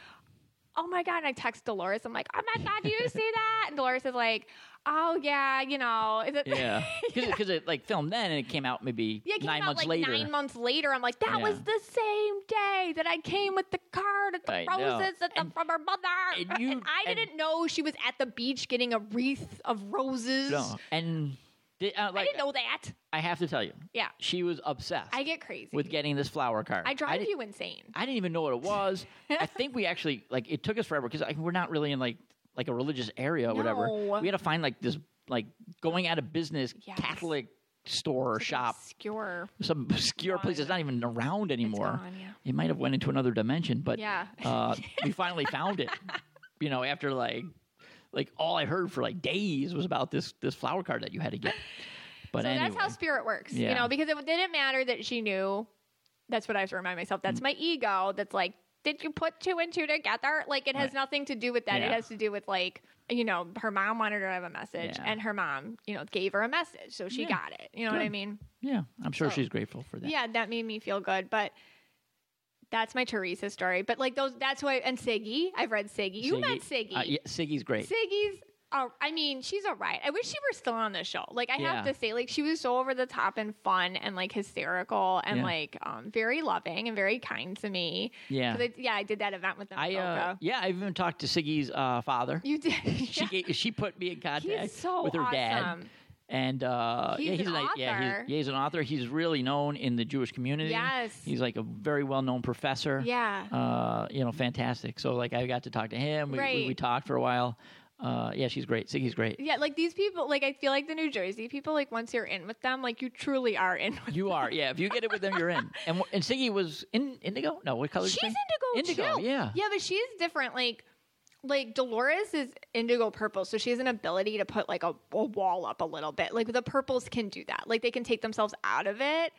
[SPEAKER 1] oh my god and I text Dolores I'm like oh my god do you see that and Dolores is like oh yeah you know is it
[SPEAKER 2] yeah. Because it like filmed then and it came out maybe
[SPEAKER 1] Yeah, it came
[SPEAKER 2] nine
[SPEAKER 1] out
[SPEAKER 2] months
[SPEAKER 1] like
[SPEAKER 2] later.
[SPEAKER 1] nine months later. I'm like, that
[SPEAKER 2] Yeah.
[SPEAKER 1] was the same day that I came with the card at the
[SPEAKER 2] I know.
[SPEAKER 1] roses at the, from her mother.
[SPEAKER 2] and you-
[SPEAKER 1] I
[SPEAKER 2] and-
[SPEAKER 1] didn't know she was at the beach getting a wreath of roses.
[SPEAKER 2] no. And Did, uh,
[SPEAKER 1] I
[SPEAKER 2] like,
[SPEAKER 1] didn't know that.
[SPEAKER 2] I have to tell you,
[SPEAKER 1] Yeah.
[SPEAKER 2] she was obsessed
[SPEAKER 1] I get crazy.
[SPEAKER 2] with getting this flower card.
[SPEAKER 1] I drive
[SPEAKER 2] did-
[SPEAKER 1] you insane.
[SPEAKER 2] I didn't even know what it was. I think we actually like it took us forever because we're not really in like like a religious area or
[SPEAKER 1] No.
[SPEAKER 2] whatever. We had to find like this like going out of business
[SPEAKER 1] Yes.
[SPEAKER 2] Catholic store or shop,
[SPEAKER 1] Obscure.
[SPEAKER 2] some obscure place that's not even around anymore.
[SPEAKER 1] gone, yeah.
[SPEAKER 2] It might have went into another dimension, but
[SPEAKER 1] Yeah.
[SPEAKER 2] uh, we finally found it. You know, after like like all I heard for like days was about this this flower card that you had to get. But
[SPEAKER 1] So
[SPEAKER 2] anyway,
[SPEAKER 1] that's how spirit works, you
[SPEAKER 2] Yeah.
[SPEAKER 1] know, because it didn't matter that she knew. That's what I have to remind myself.
[SPEAKER 2] Mm.
[SPEAKER 1] That's my ego. That's like, did you put two and two together? Like, it has
[SPEAKER 2] Right.
[SPEAKER 1] nothing to do with that. It
[SPEAKER 2] Yeah.
[SPEAKER 1] has to do with like, you know, her mom wanted her to have a message,
[SPEAKER 2] Yeah.
[SPEAKER 1] and her mom, you know, gave her a message, so she
[SPEAKER 2] Yeah.
[SPEAKER 1] got it. You know what I
[SPEAKER 2] Good.
[SPEAKER 1] mean?
[SPEAKER 2] yeah, I'm sure
[SPEAKER 1] So-
[SPEAKER 2] she's grateful for that.
[SPEAKER 1] Yeah, that made me feel good, but. That's my Teresa story, but like those, that's why. And Siggy, I've read Siggy. You met Siggy.
[SPEAKER 2] Uh, yeah, Siggy's great.
[SPEAKER 1] Siggy's. Oh, I mean, she's all right. I wish she were still on the show. Like, I have
[SPEAKER 2] Yeah.
[SPEAKER 1] to say, like, she was so over the top and fun and like hysterical and
[SPEAKER 2] Yeah.
[SPEAKER 1] like um, very loving and very kind to me.
[SPEAKER 2] Yeah.
[SPEAKER 1] 'Cause I, yeah, I did that event with them.
[SPEAKER 2] I uh, yeah, I've even talked to Siggy's uh, father.
[SPEAKER 1] you did.
[SPEAKER 2] She
[SPEAKER 1] yeah.
[SPEAKER 2] gave, she put me in contact
[SPEAKER 1] He's so
[SPEAKER 2] with her dad.
[SPEAKER 1] awesome.
[SPEAKER 2] And uh,
[SPEAKER 1] He's
[SPEAKER 2] yeah, he's
[SPEAKER 1] an
[SPEAKER 2] like- yeah, he's,
[SPEAKER 1] author.
[SPEAKER 2] yeah, he's an author. He's really known in the Jewish community.
[SPEAKER 1] Yes.
[SPEAKER 2] he's like a very well known professor.
[SPEAKER 1] Yeah.
[SPEAKER 2] uh, you know, fantastic. So like, I got to talk to him. We, we, we
[SPEAKER 1] Right.
[SPEAKER 2] talked for a while. Uh, yeah, she's great. Siggy's great.
[SPEAKER 1] Yeah, like these people, like I feel like the New Jersey people, like once you're in with them, like you truly are in with
[SPEAKER 2] You are, yeah. If you get it with them, you're in. And wh- and Siggy was in indigo. No, what color? is
[SPEAKER 1] She's
[SPEAKER 2] she?
[SPEAKER 1] indigo,
[SPEAKER 2] Indigo,
[SPEAKER 1] too.
[SPEAKER 2] yeah.
[SPEAKER 1] Yeah, but she's different. Like like Dolores is indigo purple, so she has an ability to put like a, a wall up a little bit. Like the purples can do that. Like they can take themselves out of it.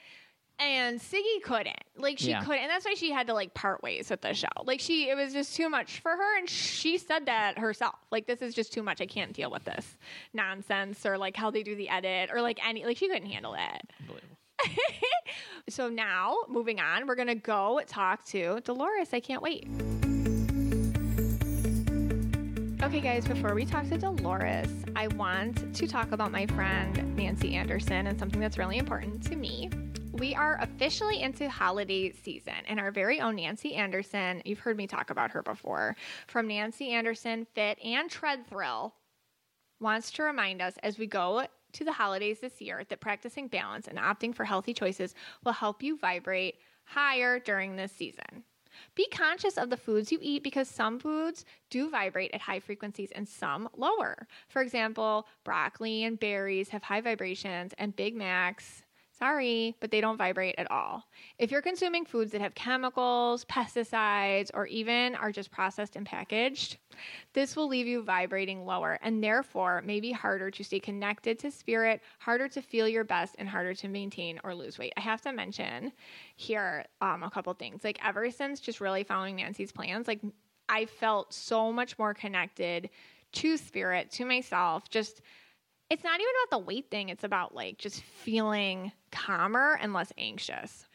[SPEAKER 1] And Siggy couldn't. Like she
[SPEAKER 2] Yeah.
[SPEAKER 1] couldn't and that's why she had to like part ways with the show. Like she it was just too much for her and she said that herself. Like this is just too much. I can't deal with this nonsense or like how they do the edit or like any like she couldn't handle it.
[SPEAKER 2] Unbelievable.
[SPEAKER 1] So now, moving on, we're going to go talk to Dolores. I can't wait. Okay, guys, before we talk to Dolores, I want to talk about my friend Nancy Anderson and something that's really important to me. We are officially into holiday season, and our very own Nancy Anderson, you've heard me talk about her before, from Nancy Anderson Fit and Tread Thrill, wants to remind us as we go to the holidays this year that practicing balance and opting for healthy choices will help you vibrate higher during this season. Be conscious of the foods you eat because some foods do vibrate at high frequencies and some lower. For example, broccoli and berries have high vibrations, and Big Macs Sorry, but they don't vibrate at all. If you're consuming foods that have chemicals, pesticides, or even are just processed and packaged, this will leave you vibrating lower and therefore may be harder to stay connected to spirit, harder to feel your best, and harder to maintain or lose weight. I have to mention here um, a couple things. Like, ever since just really following Nancy's plans, like, I felt so much more connected to spirit, to myself, just it's not even about the weight thing. It's about like just feeling calmer and less anxious.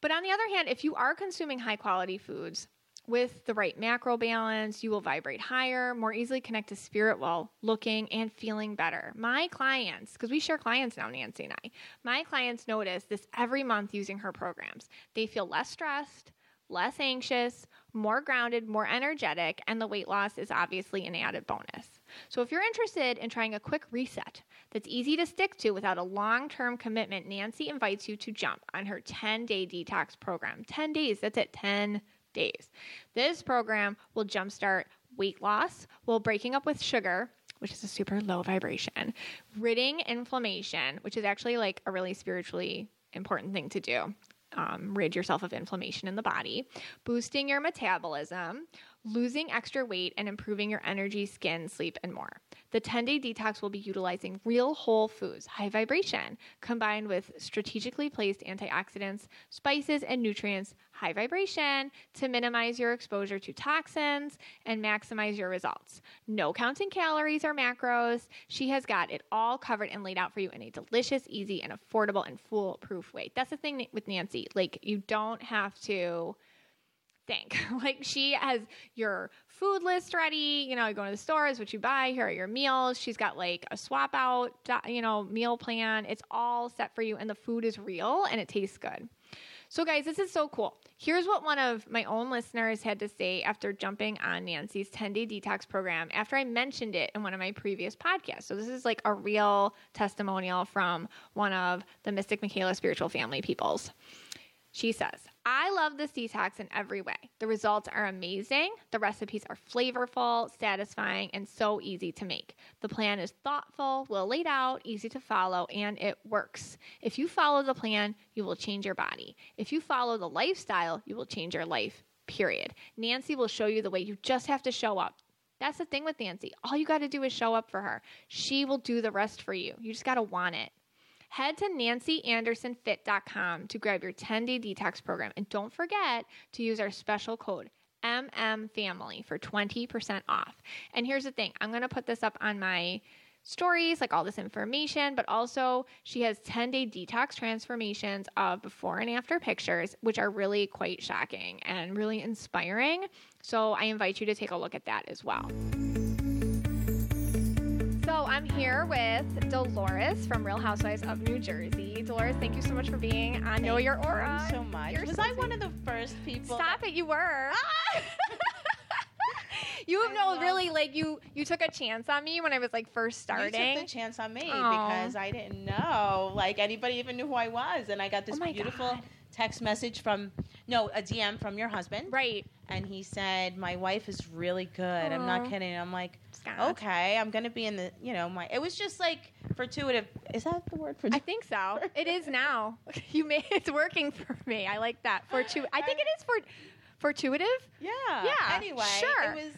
[SPEAKER 1] But on the other hand, if you are consuming high quality foods with the right macro balance, you will vibrate higher, more easily connect to spirit while looking and feeling better. My clients, because we share clients now, Nancy and I, my clients notice this every month using her programs. They feel less stressed, less anxious, more grounded, more energetic, and the weight loss is obviously an added bonus. So, if you're interested in trying a quick reset that's easy to stick to without a long term commitment, Nancy invites you to jump on her 10 day detox program. 10 days, that's it, 10 days. This program will jumpstart weight loss while breaking up with sugar which is a super low vibration, ridding inflammation, which is actually like a really spiritually important thing to do. Um, rid yourself of inflammation in the body, boosting your metabolism, losing extra weight, and improving your energy, skin, sleep, and more. The 10 day detox will be utilizing real whole foods, high vibration, combined with strategically placed antioxidants, spices, and nutrients, high vibration, to minimize your exposure to toxins and maximize your results. No counting calories or macros. She has got it all covered and laid out for you in a delicious, easy, and affordable and foolproof way. That's the thing with Nancy. Like, you don't have to think. Like she has your food list ready. You know, you go to the stores, what you buy. Here are your meals. She's got like a swap out, do- you know, meal plan. It's all set for you, and the food is real and it tastes good. So, guys, this is so cool. Here's what one of my own listeners had to say after jumping on Nancy's 10 day detox program after I mentioned it in one of my previous podcasts. So, this is like a real testimonial from one of the Mystic Michaela spiritual family peoples. She says, I love this detox in every way. The results are amazing. The recipes are flavorful, satisfying, and so easy to make. The plan is thoughtful, well laid out, easy to follow, and it works. If you follow the plan, you will change your body. If you follow the lifestyle, you will change your life, period. Nancy will show you the way. You just have to show up. That's the thing with Nancy. All you got to do is show up for her. She will do the rest for you. You just got to want it. Head to nancyandersonfit.com to grab your 10 day detox program. And don't forget to use our special code MMFamily for 20% off. And here's the thing I'm going to put this up on my stories, like all this information, but also she has 10 day detox transformations of before and after pictures, which are really quite shocking and really inspiring. So I invite you to take a look at that as well. So I'm here with Dolores from Real Housewives of New Jersey. Dolores, thank you so much for being on Know
[SPEAKER 3] Thank
[SPEAKER 1] Your
[SPEAKER 3] you
[SPEAKER 1] Aura.
[SPEAKER 3] so much.
[SPEAKER 1] You're
[SPEAKER 3] Was
[SPEAKER 1] so
[SPEAKER 3] I one of the first people?
[SPEAKER 1] Stop it! You were. you have
[SPEAKER 3] I
[SPEAKER 1] no
[SPEAKER 3] love-
[SPEAKER 1] really like you. You took a chance on me when I was like first
[SPEAKER 3] that- You took
[SPEAKER 1] starting.
[SPEAKER 3] the chance on me
[SPEAKER 1] Aw.
[SPEAKER 3] because I didn't know, like anybody even knew who I was, and I got this
[SPEAKER 1] Oh my
[SPEAKER 3] beautiful
[SPEAKER 1] God.
[SPEAKER 3] text message from, no, a DM from your husband,
[SPEAKER 1] Right.
[SPEAKER 3] and he said, "My wife is really good." I'm
[SPEAKER 1] Aw.
[SPEAKER 3] not kidding. I'm like,
[SPEAKER 1] Scott.
[SPEAKER 3] okay, I'm gonna be in the, you know, my. It was just like fortuitive. Is that the word for?
[SPEAKER 1] I think so. It is now. You made it's working for me. I like that. Fortu. I think it is for fortuitive.
[SPEAKER 3] Yeah.
[SPEAKER 1] Yeah,
[SPEAKER 3] Anyway,
[SPEAKER 1] sure.
[SPEAKER 3] it was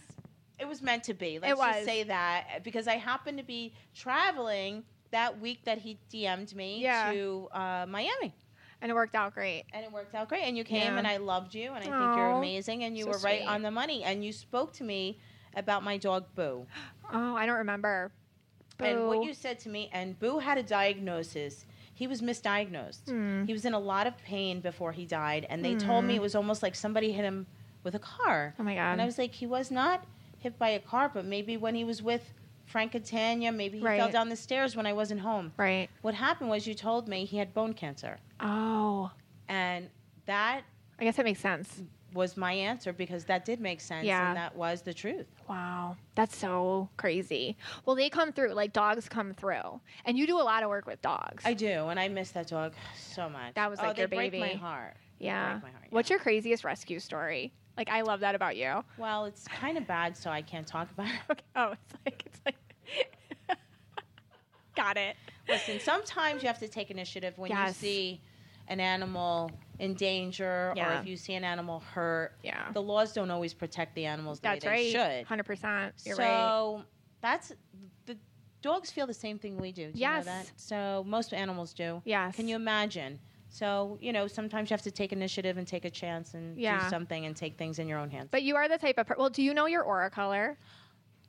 [SPEAKER 3] it was meant to be. Let's
[SPEAKER 1] was.
[SPEAKER 3] just say that because I happened to be traveling that week that he DM'd me
[SPEAKER 1] Yeah.
[SPEAKER 3] to uh, Miami,
[SPEAKER 1] And it worked out great.
[SPEAKER 3] and it worked out great. And you came,
[SPEAKER 1] Yeah.
[SPEAKER 3] and I loved you, and I think you're
[SPEAKER 1] Aw,
[SPEAKER 3] amazing, and you
[SPEAKER 1] so
[SPEAKER 3] were right
[SPEAKER 1] sweet.
[SPEAKER 3] on the money, and you spoke to me about my dog Boo.
[SPEAKER 1] Oh, I don't remember.
[SPEAKER 3] and
[SPEAKER 1] Boo.
[SPEAKER 3] what you said to me. And Boo had a diagnosis. He was misdiagnosed.
[SPEAKER 1] Hmm.
[SPEAKER 3] He was in a lot of pain before he died, and they told me it was almost like somebody hit him with a car.
[SPEAKER 1] Oh my god.
[SPEAKER 3] And I was like, he was not hit by a car, but maybe when he was with Frank and Tanya, maybe he fell
[SPEAKER 1] Right.
[SPEAKER 3] down the stairs when I wasn't home.
[SPEAKER 1] right.
[SPEAKER 3] What happened was you told me he had bone cancer.
[SPEAKER 1] Oh,
[SPEAKER 3] And that
[SPEAKER 1] I guess that makes sense.
[SPEAKER 3] was my answer because that did make sense
[SPEAKER 1] Yeah.
[SPEAKER 3] and that was the truth.
[SPEAKER 1] Wow, that's so crazy. Well, they come through like dogs come through, and you do a lot of work with dogs.
[SPEAKER 3] I do, and I miss that dog so much.
[SPEAKER 1] That was
[SPEAKER 3] oh,
[SPEAKER 1] like
[SPEAKER 3] they
[SPEAKER 1] your
[SPEAKER 3] break my
[SPEAKER 1] baby.
[SPEAKER 3] heart.
[SPEAKER 1] yeah.
[SPEAKER 3] break my heart,
[SPEAKER 1] What's your craziest rescue story? Like, I love that about you.
[SPEAKER 3] Well, it's kind of bad, so I can't talk about it.
[SPEAKER 1] Okay. Oh, it's like it's like. Got it.
[SPEAKER 3] Listen, sometimes you have to take initiative when
[SPEAKER 1] Yes.
[SPEAKER 3] you see an animal in danger
[SPEAKER 1] Yeah.
[SPEAKER 3] or if you see an animal hurt.
[SPEAKER 1] Yeah.
[SPEAKER 3] The laws don't always protect the animals the
[SPEAKER 1] That's
[SPEAKER 3] way they
[SPEAKER 1] right.
[SPEAKER 3] should.
[SPEAKER 1] Hundred percent. You're
[SPEAKER 3] so
[SPEAKER 1] right.
[SPEAKER 3] that's the dogs feel the same thing we do. do
[SPEAKER 1] Yes.
[SPEAKER 3] You know that? So most animals do.
[SPEAKER 1] Yes.
[SPEAKER 3] Can you imagine? So, you know, sometimes you have to take initiative and take a chance and
[SPEAKER 1] Yeah.
[SPEAKER 3] do something and take things in your own hands.
[SPEAKER 1] But you are the type of per- well. Do you know your aura color?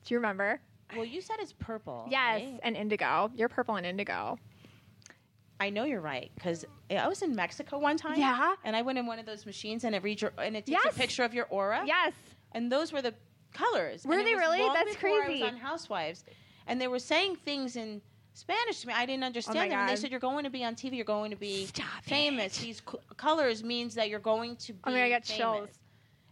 [SPEAKER 1] Do you remember?
[SPEAKER 3] well, you said it's purple.
[SPEAKER 1] Yes,
[SPEAKER 3] right?
[SPEAKER 1] and indigo. You're purple and indigo.
[SPEAKER 3] I know you're right because I was in Mexico one time.
[SPEAKER 1] Yeah.
[SPEAKER 3] And I went in one of those machines and it reads your and it takes
[SPEAKER 1] Yes.
[SPEAKER 3] a picture of your aura.
[SPEAKER 1] Yes.
[SPEAKER 3] and those were the colors.
[SPEAKER 1] Were
[SPEAKER 3] And it
[SPEAKER 1] they
[SPEAKER 3] was
[SPEAKER 1] really?
[SPEAKER 3] long
[SPEAKER 1] That's
[SPEAKER 3] before
[SPEAKER 1] crazy.
[SPEAKER 3] I was on Housewives, and they were saying things in Spanish to me. I didn't understand them. And they
[SPEAKER 1] Oh God.
[SPEAKER 3] said, "You're going to be on TV. You're going to be
[SPEAKER 1] Stop
[SPEAKER 3] famous. These co- colors means that you're going to be."
[SPEAKER 1] Oh my god, I got
[SPEAKER 3] famous.
[SPEAKER 1] chills.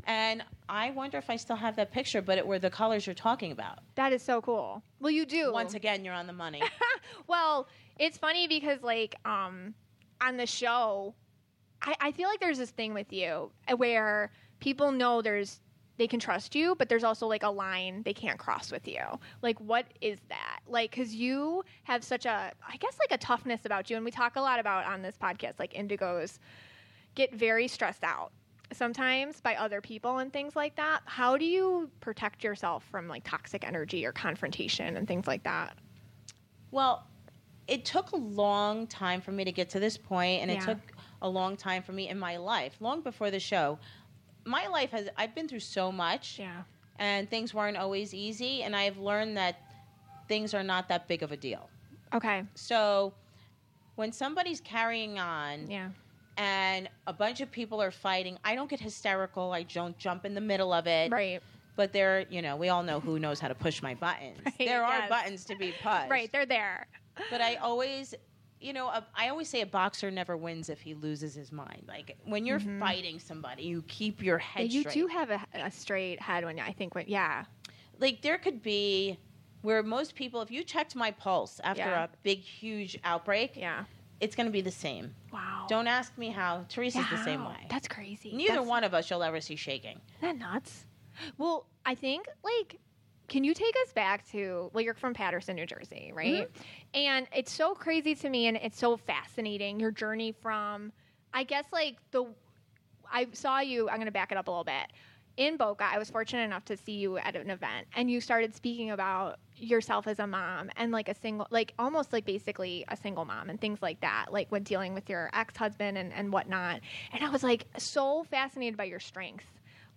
[SPEAKER 3] And I wonder if I still have that picture, but it were the colors you're talking about.
[SPEAKER 1] That is so cool. Well, you do.
[SPEAKER 3] Once again, you're on the money.
[SPEAKER 1] Well, it's funny because like um on the show, I, I feel like there's this thing with you uh, where people know there's they can trust you, but there's also like a line they can't cross with you. Like, what is that? Like, because you have such a, I guess, like a toughness about you. And we talk a lot about on this podcast, like indigos get very stressed out sometimes by other people and things like that. How do you protect yourself from like toxic energy or confrontation and things like that?
[SPEAKER 3] Well, it took a long time for me to get to this point, and it
[SPEAKER 1] Yeah.
[SPEAKER 3] took a long time for me in my life, long before the show. My life has, I've been through so much,
[SPEAKER 1] Yeah.
[SPEAKER 3] and things weren't always easy, and I've learned that things are not that big of a deal.
[SPEAKER 1] Okay.
[SPEAKER 3] So when somebody's carrying on
[SPEAKER 1] Yeah.
[SPEAKER 3] and a bunch of people are fighting, I don't get hysterical, I don't jump in the middle of it.
[SPEAKER 1] Right.
[SPEAKER 3] But there, you know, we all know who knows how to push my buttons.
[SPEAKER 1] Right,
[SPEAKER 3] there are
[SPEAKER 1] yes.
[SPEAKER 3] buttons to be pushed.
[SPEAKER 1] Right. They're there.
[SPEAKER 3] but I always you know, a, I always say a boxer never wins if he loses his mind. Like when you're fighting somebody, you keep your head
[SPEAKER 1] Mm-hmm. you
[SPEAKER 3] straight.
[SPEAKER 1] do have a, a straight head when I think when yeah
[SPEAKER 3] like there could be where most people, if you checked my pulse after
[SPEAKER 1] Yeah.
[SPEAKER 3] a big, huge outbreak,
[SPEAKER 1] yeah
[SPEAKER 3] it's going to be the same.
[SPEAKER 1] wow
[SPEAKER 3] Don't ask me how. Teresa's the same
[SPEAKER 1] Wow.
[SPEAKER 3] way.
[SPEAKER 1] That's crazy.
[SPEAKER 3] Neither
[SPEAKER 1] That's-
[SPEAKER 3] one of us you'll ever see shaking.
[SPEAKER 1] Isn't that nuts? Well, I think like can you take us back to well you're from Patterson, New Jersey, right?
[SPEAKER 3] Mm-hmm.
[SPEAKER 1] And it's so crazy to me and it's so fascinating your journey from I guess like the I saw you, I'm going to back it up a little bit. In Boca, I was fortunate enough to see you at an event and you started speaking about yourself as a mom and like a single, like almost like basically a single mom and things like that, like when dealing with your ex husband and, and whatnot. And I was like so fascinated by your strength.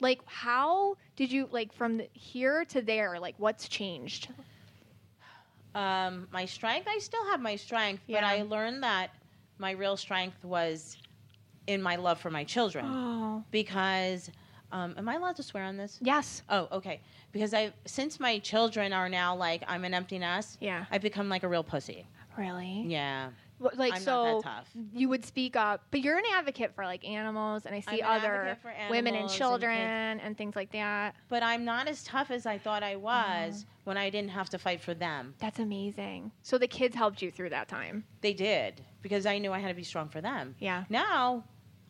[SPEAKER 1] Like, how did you, like, from the, here to there, like, what's changed?
[SPEAKER 3] Um, my strength, I still have my strength, but
[SPEAKER 1] Yeah.
[SPEAKER 3] I learned that my real strength was in my love for my children
[SPEAKER 1] Oh,
[SPEAKER 3] because. Um, am I allowed to swear on this?
[SPEAKER 1] yes.
[SPEAKER 3] Oh, okay. Because I, since my children are now like I'm an empty nest,
[SPEAKER 1] Yeah.
[SPEAKER 3] I've become like a real pussy.
[SPEAKER 1] Really?
[SPEAKER 3] Yeah,
[SPEAKER 1] Wh- Like,
[SPEAKER 3] I'm
[SPEAKER 1] so.
[SPEAKER 3] not that tough.
[SPEAKER 1] you would speak up, but you're an advocate for like animals, and I see
[SPEAKER 3] I'm an
[SPEAKER 1] other
[SPEAKER 3] advocate for
[SPEAKER 1] women and
[SPEAKER 3] animals and
[SPEAKER 1] children and, things like that.
[SPEAKER 3] But I'm not as tough as I thought I was
[SPEAKER 1] Uh-huh.
[SPEAKER 3] when I didn't have to fight for them.
[SPEAKER 1] That's amazing. So the kids helped you through that time.
[SPEAKER 3] They did because I knew I had to be strong for them.
[SPEAKER 1] Yeah.
[SPEAKER 3] Now,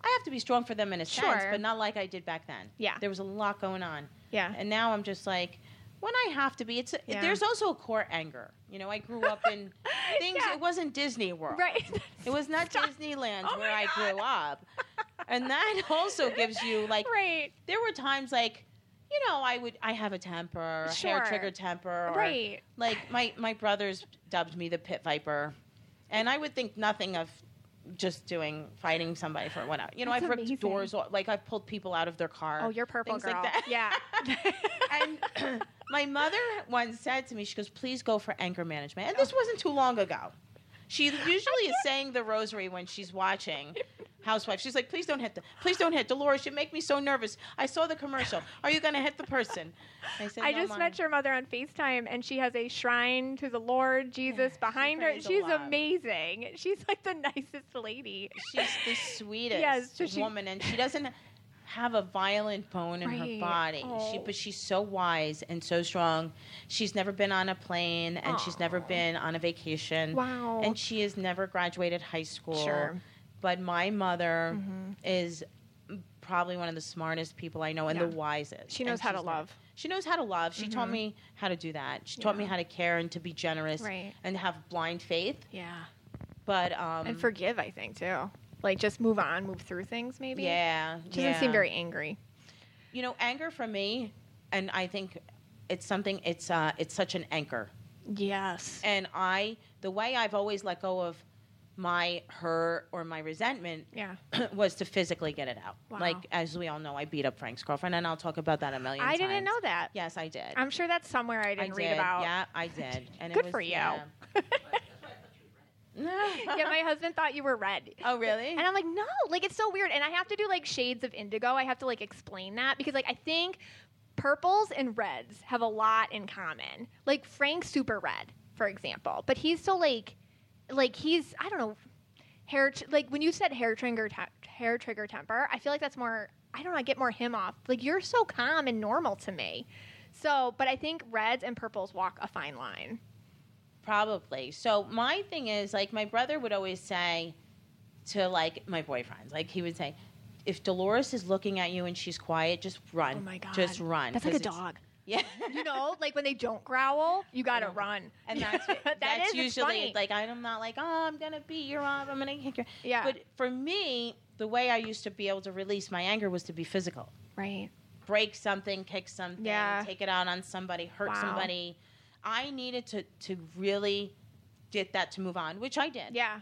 [SPEAKER 3] I have to be strong for them in a sense,
[SPEAKER 1] Sure.
[SPEAKER 3] but not like I did back then.
[SPEAKER 1] Yeah.
[SPEAKER 3] There was a lot going on.
[SPEAKER 1] Yeah.
[SPEAKER 3] And now I'm just like, when I have to be, it's
[SPEAKER 1] Yeah.
[SPEAKER 3] there's also a core anger. You know, I grew up in things.
[SPEAKER 1] Yeah.
[SPEAKER 3] It wasn't Disney World.
[SPEAKER 1] Right.
[SPEAKER 3] It was not
[SPEAKER 1] Stop.
[SPEAKER 3] Disneyland
[SPEAKER 1] Oh
[SPEAKER 3] where
[SPEAKER 1] my
[SPEAKER 3] I grew up. And that also gives you like
[SPEAKER 1] right.
[SPEAKER 3] there were times like, you know, I would I have a temper, a hair
[SPEAKER 1] Sure.
[SPEAKER 3] trigger temper, or
[SPEAKER 1] Right.
[SPEAKER 3] like my my brothers dubbed me the pit viper, and I would think nothing of just doing fighting somebody for whatever. You know,
[SPEAKER 1] That's
[SPEAKER 3] I've ripped
[SPEAKER 1] amazing.
[SPEAKER 3] doors off, like I've pulled people out of their car.
[SPEAKER 1] Oh, you're purple
[SPEAKER 3] things
[SPEAKER 1] girl.
[SPEAKER 3] Like that.
[SPEAKER 1] Yeah.
[SPEAKER 3] and my mother once said to me, she goes, "Please go for anger management," and this wasn't too long ago. She usually is saying the rosary when she's watching Housewives. She's like, please don't hit the, please don't hit Dolores. You make me so nervous. I saw the commercial. Are you going to hit the person? I said,
[SPEAKER 1] I
[SPEAKER 3] "No,
[SPEAKER 1] just
[SPEAKER 3] Mom."
[SPEAKER 1] met your mother on FaceTime, and she has a shrine to the Lord Jesus behind her.
[SPEAKER 3] prays a
[SPEAKER 1] She's
[SPEAKER 3] lot.
[SPEAKER 1] amazing. She's like the nicest lady.
[SPEAKER 3] She's the sweetest
[SPEAKER 1] Yes, so she-
[SPEAKER 3] woman, and she doesn't have a violent bone in
[SPEAKER 1] Right.
[SPEAKER 3] her body. She,
[SPEAKER 1] Oh.
[SPEAKER 3] but she's so wise and so strong. She's never been on a plane, and she's never
[SPEAKER 1] Aw.
[SPEAKER 3] been on a vacation.
[SPEAKER 1] Wow.
[SPEAKER 3] And she has never graduated high school.
[SPEAKER 1] Sure. Mm-hmm.
[SPEAKER 3] But my mother is probably one of the smartest people I know and the
[SPEAKER 1] Yeah.
[SPEAKER 3] wisest.
[SPEAKER 1] She knows
[SPEAKER 3] And
[SPEAKER 1] how to
[SPEAKER 3] she's never-
[SPEAKER 1] love. Mm-hmm.
[SPEAKER 3] She knows how to love. She taught me how to do that. She taught me
[SPEAKER 1] Yeah.
[SPEAKER 3] how to care and to be generous
[SPEAKER 1] Right.
[SPEAKER 3] and to have blind faith.
[SPEAKER 1] Yeah.
[SPEAKER 3] But um
[SPEAKER 1] And forgive, I think too. Like just move on, move through things. Maybe.
[SPEAKER 3] yeah,
[SPEAKER 1] She doesn't seem
[SPEAKER 3] yeah.
[SPEAKER 1] very angry.
[SPEAKER 3] You know, anger for me, and I think it's something. It's uh, it's such an anchor,
[SPEAKER 1] Yes.
[SPEAKER 3] and I the way I've always let go of my her or my resentment
[SPEAKER 1] Yeah.
[SPEAKER 3] was to physically get it out.
[SPEAKER 1] Wow.
[SPEAKER 3] Like as we all know, I beat up Frank's girlfriend, and I'll talk about that a million.
[SPEAKER 1] I didn't
[SPEAKER 3] times.
[SPEAKER 1] know that.
[SPEAKER 3] Yes, I did.
[SPEAKER 1] I'm sure that's somewhere I didn't
[SPEAKER 3] I
[SPEAKER 1] read
[SPEAKER 3] did.
[SPEAKER 1] about.
[SPEAKER 3] Yeah, I did. And
[SPEAKER 1] Good
[SPEAKER 3] it was,
[SPEAKER 1] for you.
[SPEAKER 3] Yeah.
[SPEAKER 1] yeah, my husband thought you were red.
[SPEAKER 3] oh really?
[SPEAKER 1] And I'm like, no, like it's so weird. And I have to do like shades of indigo. I have to like explain that because like I think purples and reds have a lot in common. Like Frank's super red, for example, but he's so like, like he's I don't know, hair tr- like when you said hair trigger te- hair trigger temper, I feel like that's more I don't know. I get more him off. Like you're so calm and normal to me. So, but I think reds and purples walk a fine line.
[SPEAKER 3] Probably. So my thing is like my brother would always say to like my boyfriends, like he would say, if Dolores is looking at you and she's quiet, just run.
[SPEAKER 1] Oh my god,
[SPEAKER 3] Just run.
[SPEAKER 1] That's like a
[SPEAKER 3] 'cause it's-
[SPEAKER 1] dog.
[SPEAKER 3] Yeah.
[SPEAKER 1] you know, like when they don't growl, you gotta
[SPEAKER 3] Yeah.
[SPEAKER 1] run.
[SPEAKER 3] And that's
[SPEAKER 1] That is,
[SPEAKER 3] that's
[SPEAKER 1] it's
[SPEAKER 3] usually
[SPEAKER 1] funny.
[SPEAKER 3] like I'm not like oh I'm gonna beat your up I'm gonna kick your
[SPEAKER 1] Yeah.
[SPEAKER 3] But for me, the way I used to be able to release my anger was to be physical,
[SPEAKER 1] right.
[SPEAKER 3] break something, kick something,
[SPEAKER 1] Yeah.
[SPEAKER 3] take it out on somebody, hurt
[SPEAKER 1] Wow.
[SPEAKER 3] somebody. I needed to to really get that to move on, which I did.
[SPEAKER 1] Yeah.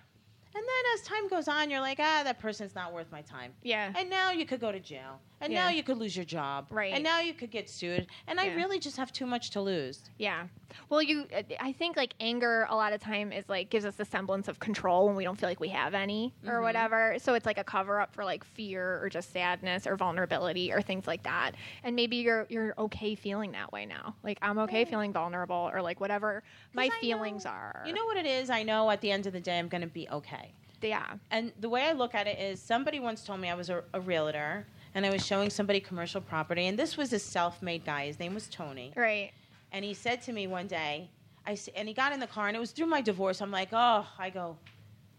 [SPEAKER 3] And then as time goes on, you're like, ah, that person's not worth my time.
[SPEAKER 1] Yeah.
[SPEAKER 3] And now you could go to jail. And And
[SPEAKER 1] Yeah.
[SPEAKER 3] now you could lose your job.
[SPEAKER 1] Right.
[SPEAKER 3] And now you could get sued. And I
[SPEAKER 1] Yeah.
[SPEAKER 3] really just have too much to lose.
[SPEAKER 1] Yeah. Well, you, I think like anger a lot of time is like gives us the semblance of control when we don't feel like we have any
[SPEAKER 3] Mm-hmm.
[SPEAKER 1] or whatever. So it's like a cover up for like fear or just sadness or vulnerability or things like that. And maybe you're you're okay feeling that way now. Like I'm okay feeling vulnerable or like whatever my
[SPEAKER 3] I
[SPEAKER 1] feelings
[SPEAKER 3] know-
[SPEAKER 1] are.
[SPEAKER 3] You know what it is? I know at the end of the day, I'm going to be okay.
[SPEAKER 1] Yeah.
[SPEAKER 3] And the way I look at it is somebody once told me I was a, a realtor and I was showing somebody commercial property. And this was a self made guy. His name was Tony.
[SPEAKER 1] Right.
[SPEAKER 3] And he said to me one day, I, s- and he got in the car and it was through my divorce. I'm like, oh, I go,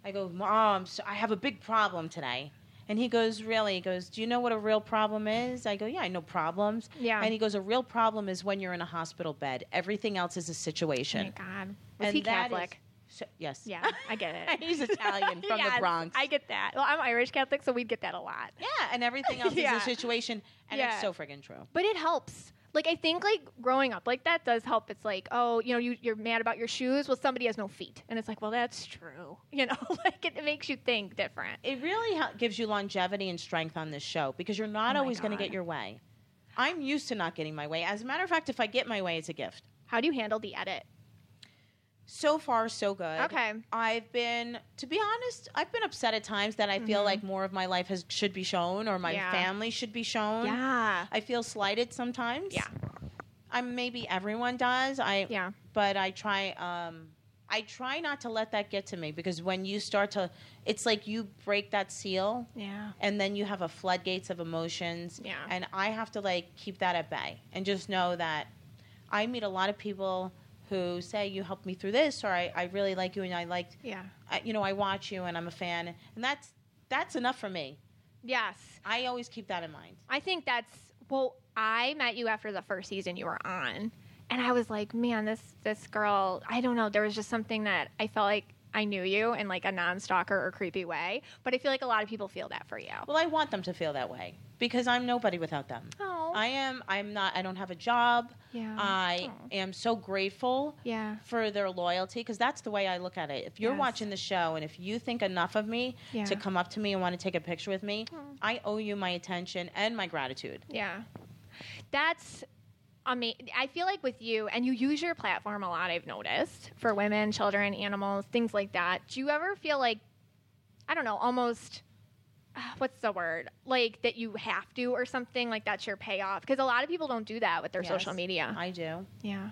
[SPEAKER 3] I go, mom, so I have a big problem today. And he goes, really? He goes, do you know what a real problem is? I go, yeah, I know problems.
[SPEAKER 1] Yeah.
[SPEAKER 3] And he goes, a real problem is when you're in a hospital bed. Everything else is a
[SPEAKER 1] Oh my
[SPEAKER 3] situation.
[SPEAKER 1] God. Was
[SPEAKER 3] and
[SPEAKER 1] he
[SPEAKER 3] that is-
[SPEAKER 1] Catholic?
[SPEAKER 3] so, yes.
[SPEAKER 1] yeah, I get it.
[SPEAKER 3] He's Italian from
[SPEAKER 1] Yes,
[SPEAKER 3] the Bronx.
[SPEAKER 1] I get that. Well, I'm Irish Catholic, so we'd get that a lot.
[SPEAKER 3] yeah, and everything else
[SPEAKER 1] Yeah.
[SPEAKER 3] is a situation, and
[SPEAKER 1] Yeah.
[SPEAKER 3] it's so friggin' true.
[SPEAKER 1] but it helps like i think like growing up like that does help it's like oh you know you, you're mad about your shoes well somebody has no feet and it's like well that's true you know like it, it makes you think different
[SPEAKER 3] It really hel- gives you longevity and strength on this show because you're not
[SPEAKER 1] Oh my
[SPEAKER 3] always going to
[SPEAKER 1] God.
[SPEAKER 3] get your way. I'm used to not getting my way. As a matter of fact, if I get my way, it's a gift.
[SPEAKER 1] how do you handle the edit
[SPEAKER 3] So far, so good.
[SPEAKER 1] okay
[SPEAKER 3] I've been, to be honest, I've been upset at times that I feel
[SPEAKER 1] Mhm.
[SPEAKER 3] like more of my life has, should be shown or my
[SPEAKER 1] Yeah.
[SPEAKER 3] family should be shown.
[SPEAKER 1] yeah
[SPEAKER 3] I feel slighted sometimes.
[SPEAKER 1] Yeah.
[SPEAKER 3] I'm maybe everyone does. I
[SPEAKER 1] yeah
[SPEAKER 3] but I try um I try not to let that get to me because when you start to it's like you break that seal
[SPEAKER 1] yeah
[SPEAKER 3] and then you have a floodgates of emotions
[SPEAKER 1] Yeah.
[SPEAKER 3] and I have to like keep that at bay and just know that I meet a lot of people who say you helped me through this or I, I really like you and I liked
[SPEAKER 1] yeah
[SPEAKER 3] I, you know I watch you and I'm a fan and that's that's enough for me.
[SPEAKER 1] yes
[SPEAKER 3] I always keep that in mind.
[SPEAKER 1] i think that's well i met you after the first season you were on and i was like man this this girl i don't know there was just something that i felt like i knew you in like a non-stalker or creepy way but i feel like a lot of people feel that for you
[SPEAKER 3] Well, I want them to feel that way because I'm nobody without them.
[SPEAKER 1] oh
[SPEAKER 3] I uh, am I'm not I don't have a job.
[SPEAKER 1] yeah
[SPEAKER 3] I
[SPEAKER 1] Aw.
[SPEAKER 3] am so grateful
[SPEAKER 1] Yeah.
[SPEAKER 3] for their loyalty because that's the way I look at it. If you're
[SPEAKER 1] Yes.
[SPEAKER 3] watching the show and if you think enough of me
[SPEAKER 1] Yeah. Oh.
[SPEAKER 3] to come up to me and want to take a picture with me, I owe you my attention and my gratitude.
[SPEAKER 1] Yeah. That's amazing. I feel like with you, and you use your platform a lot, I've noticed, for women, children, animals, things like that. Do you ever feel like, I don't know, almost. ah, What's the word? Like that you have to or something like that's your payoff because a lot of people don't do that with their
[SPEAKER 3] Yes.
[SPEAKER 1] social media.
[SPEAKER 3] I do.
[SPEAKER 1] yeah.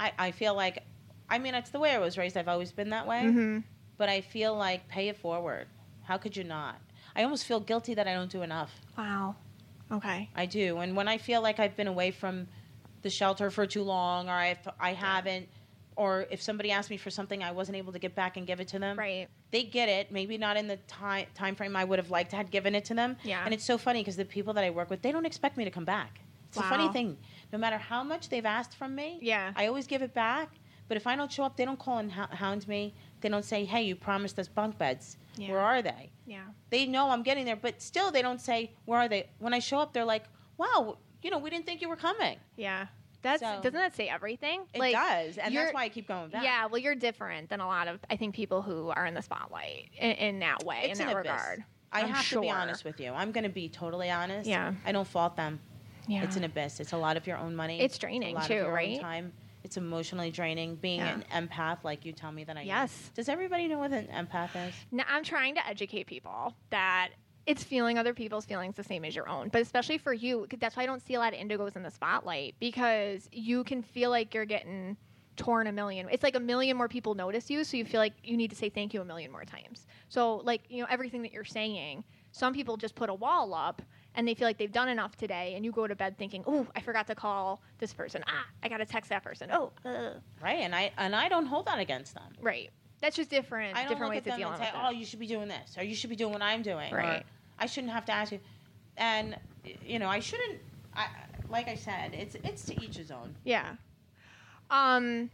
[SPEAKER 3] I, I feel like, I mean, it's the way I was raised. I've always been that way.
[SPEAKER 1] hmm
[SPEAKER 3] But I feel like pay it forward. How could you not? I almost feel guilty that I don't do enough.
[SPEAKER 1] Wow. Okay.
[SPEAKER 3] I do. And when I feel like I've been away from the shelter for too long, or if I haven't, or if somebody asked me for something I wasn't able to get back and give it to them,
[SPEAKER 1] Right.
[SPEAKER 3] they get it. Maybe not in the time time frame I would have liked to had given it to them.
[SPEAKER 1] Yeah.
[SPEAKER 3] And it's so funny because the people that I work with, they don't expect me to come back. It's a funny
[SPEAKER 1] Wow.
[SPEAKER 3] thing. No matter how much they've asked from me,
[SPEAKER 1] Yeah.
[SPEAKER 3] I always give it back. But if I don't show up, they don't call and hou- hound me. They don't say, "Hey, you promised us bunk beds.
[SPEAKER 1] Yeah.
[SPEAKER 3] Where are they?"
[SPEAKER 1] Yeah.
[SPEAKER 3] they know I'm getting there, but still they don't say where are they. When I show up, they're like, "Wow, you know, we didn't think you were coming."
[SPEAKER 1] Yeah. That's
[SPEAKER 3] So-
[SPEAKER 1] doesn't that say everything?
[SPEAKER 3] It does, and
[SPEAKER 1] you're-
[SPEAKER 3] that's why I keep going back.
[SPEAKER 1] Yeah, well, you're different than a lot of I think people who are in the spotlight in, in that way,
[SPEAKER 3] It's
[SPEAKER 1] in
[SPEAKER 3] an
[SPEAKER 1] that
[SPEAKER 3] abyss.
[SPEAKER 1] regard.
[SPEAKER 3] I
[SPEAKER 1] I'm
[SPEAKER 3] have to be
[SPEAKER 1] sure.
[SPEAKER 3] honest with you. I'm going to be totally honest.
[SPEAKER 1] Yeah.
[SPEAKER 3] I don't fault them.
[SPEAKER 1] Yeah,
[SPEAKER 3] It's an abyss. It's a lot of your own money.
[SPEAKER 1] It's draining,
[SPEAKER 3] a lot
[SPEAKER 1] too,
[SPEAKER 3] of your own
[SPEAKER 1] right?
[SPEAKER 3] time. It's emotionally draining. Being
[SPEAKER 1] Yeah.
[SPEAKER 3] an empath, like you tell me that I am.
[SPEAKER 1] Yes.
[SPEAKER 3] Does everybody know what an empath is?
[SPEAKER 1] Now, I'm trying to educate people that it's feeling other people's feelings the same as your own, but especially for you, 'cause that's why I don't see a lot of indigos in the spotlight because you can feel like you're getting torn a million. It's like a million more people notice you, so you feel like you need to say thank you a million more times. So, like you know, everything that you're saying, some people just put a wall up and they feel like they've done enough today, and you go to bed thinking, "Oh, I forgot to call this person. Ah, I got to text that person. Oh, uh.
[SPEAKER 3] Right. And I and I don't hold that against them.
[SPEAKER 1] right." That's just different.
[SPEAKER 3] I don't
[SPEAKER 1] different
[SPEAKER 3] look
[SPEAKER 1] ways
[SPEAKER 3] at
[SPEAKER 1] of
[SPEAKER 3] them
[SPEAKER 1] dealing
[SPEAKER 3] and say,
[SPEAKER 1] with it.
[SPEAKER 3] "Oh, you should be doing this," or "You should be doing what I'm doing,"
[SPEAKER 1] Right.
[SPEAKER 3] or "I shouldn't have to ask you." And y- you know, I shouldn't. I like I said, it's it's to each his own.
[SPEAKER 1] Yeah. Um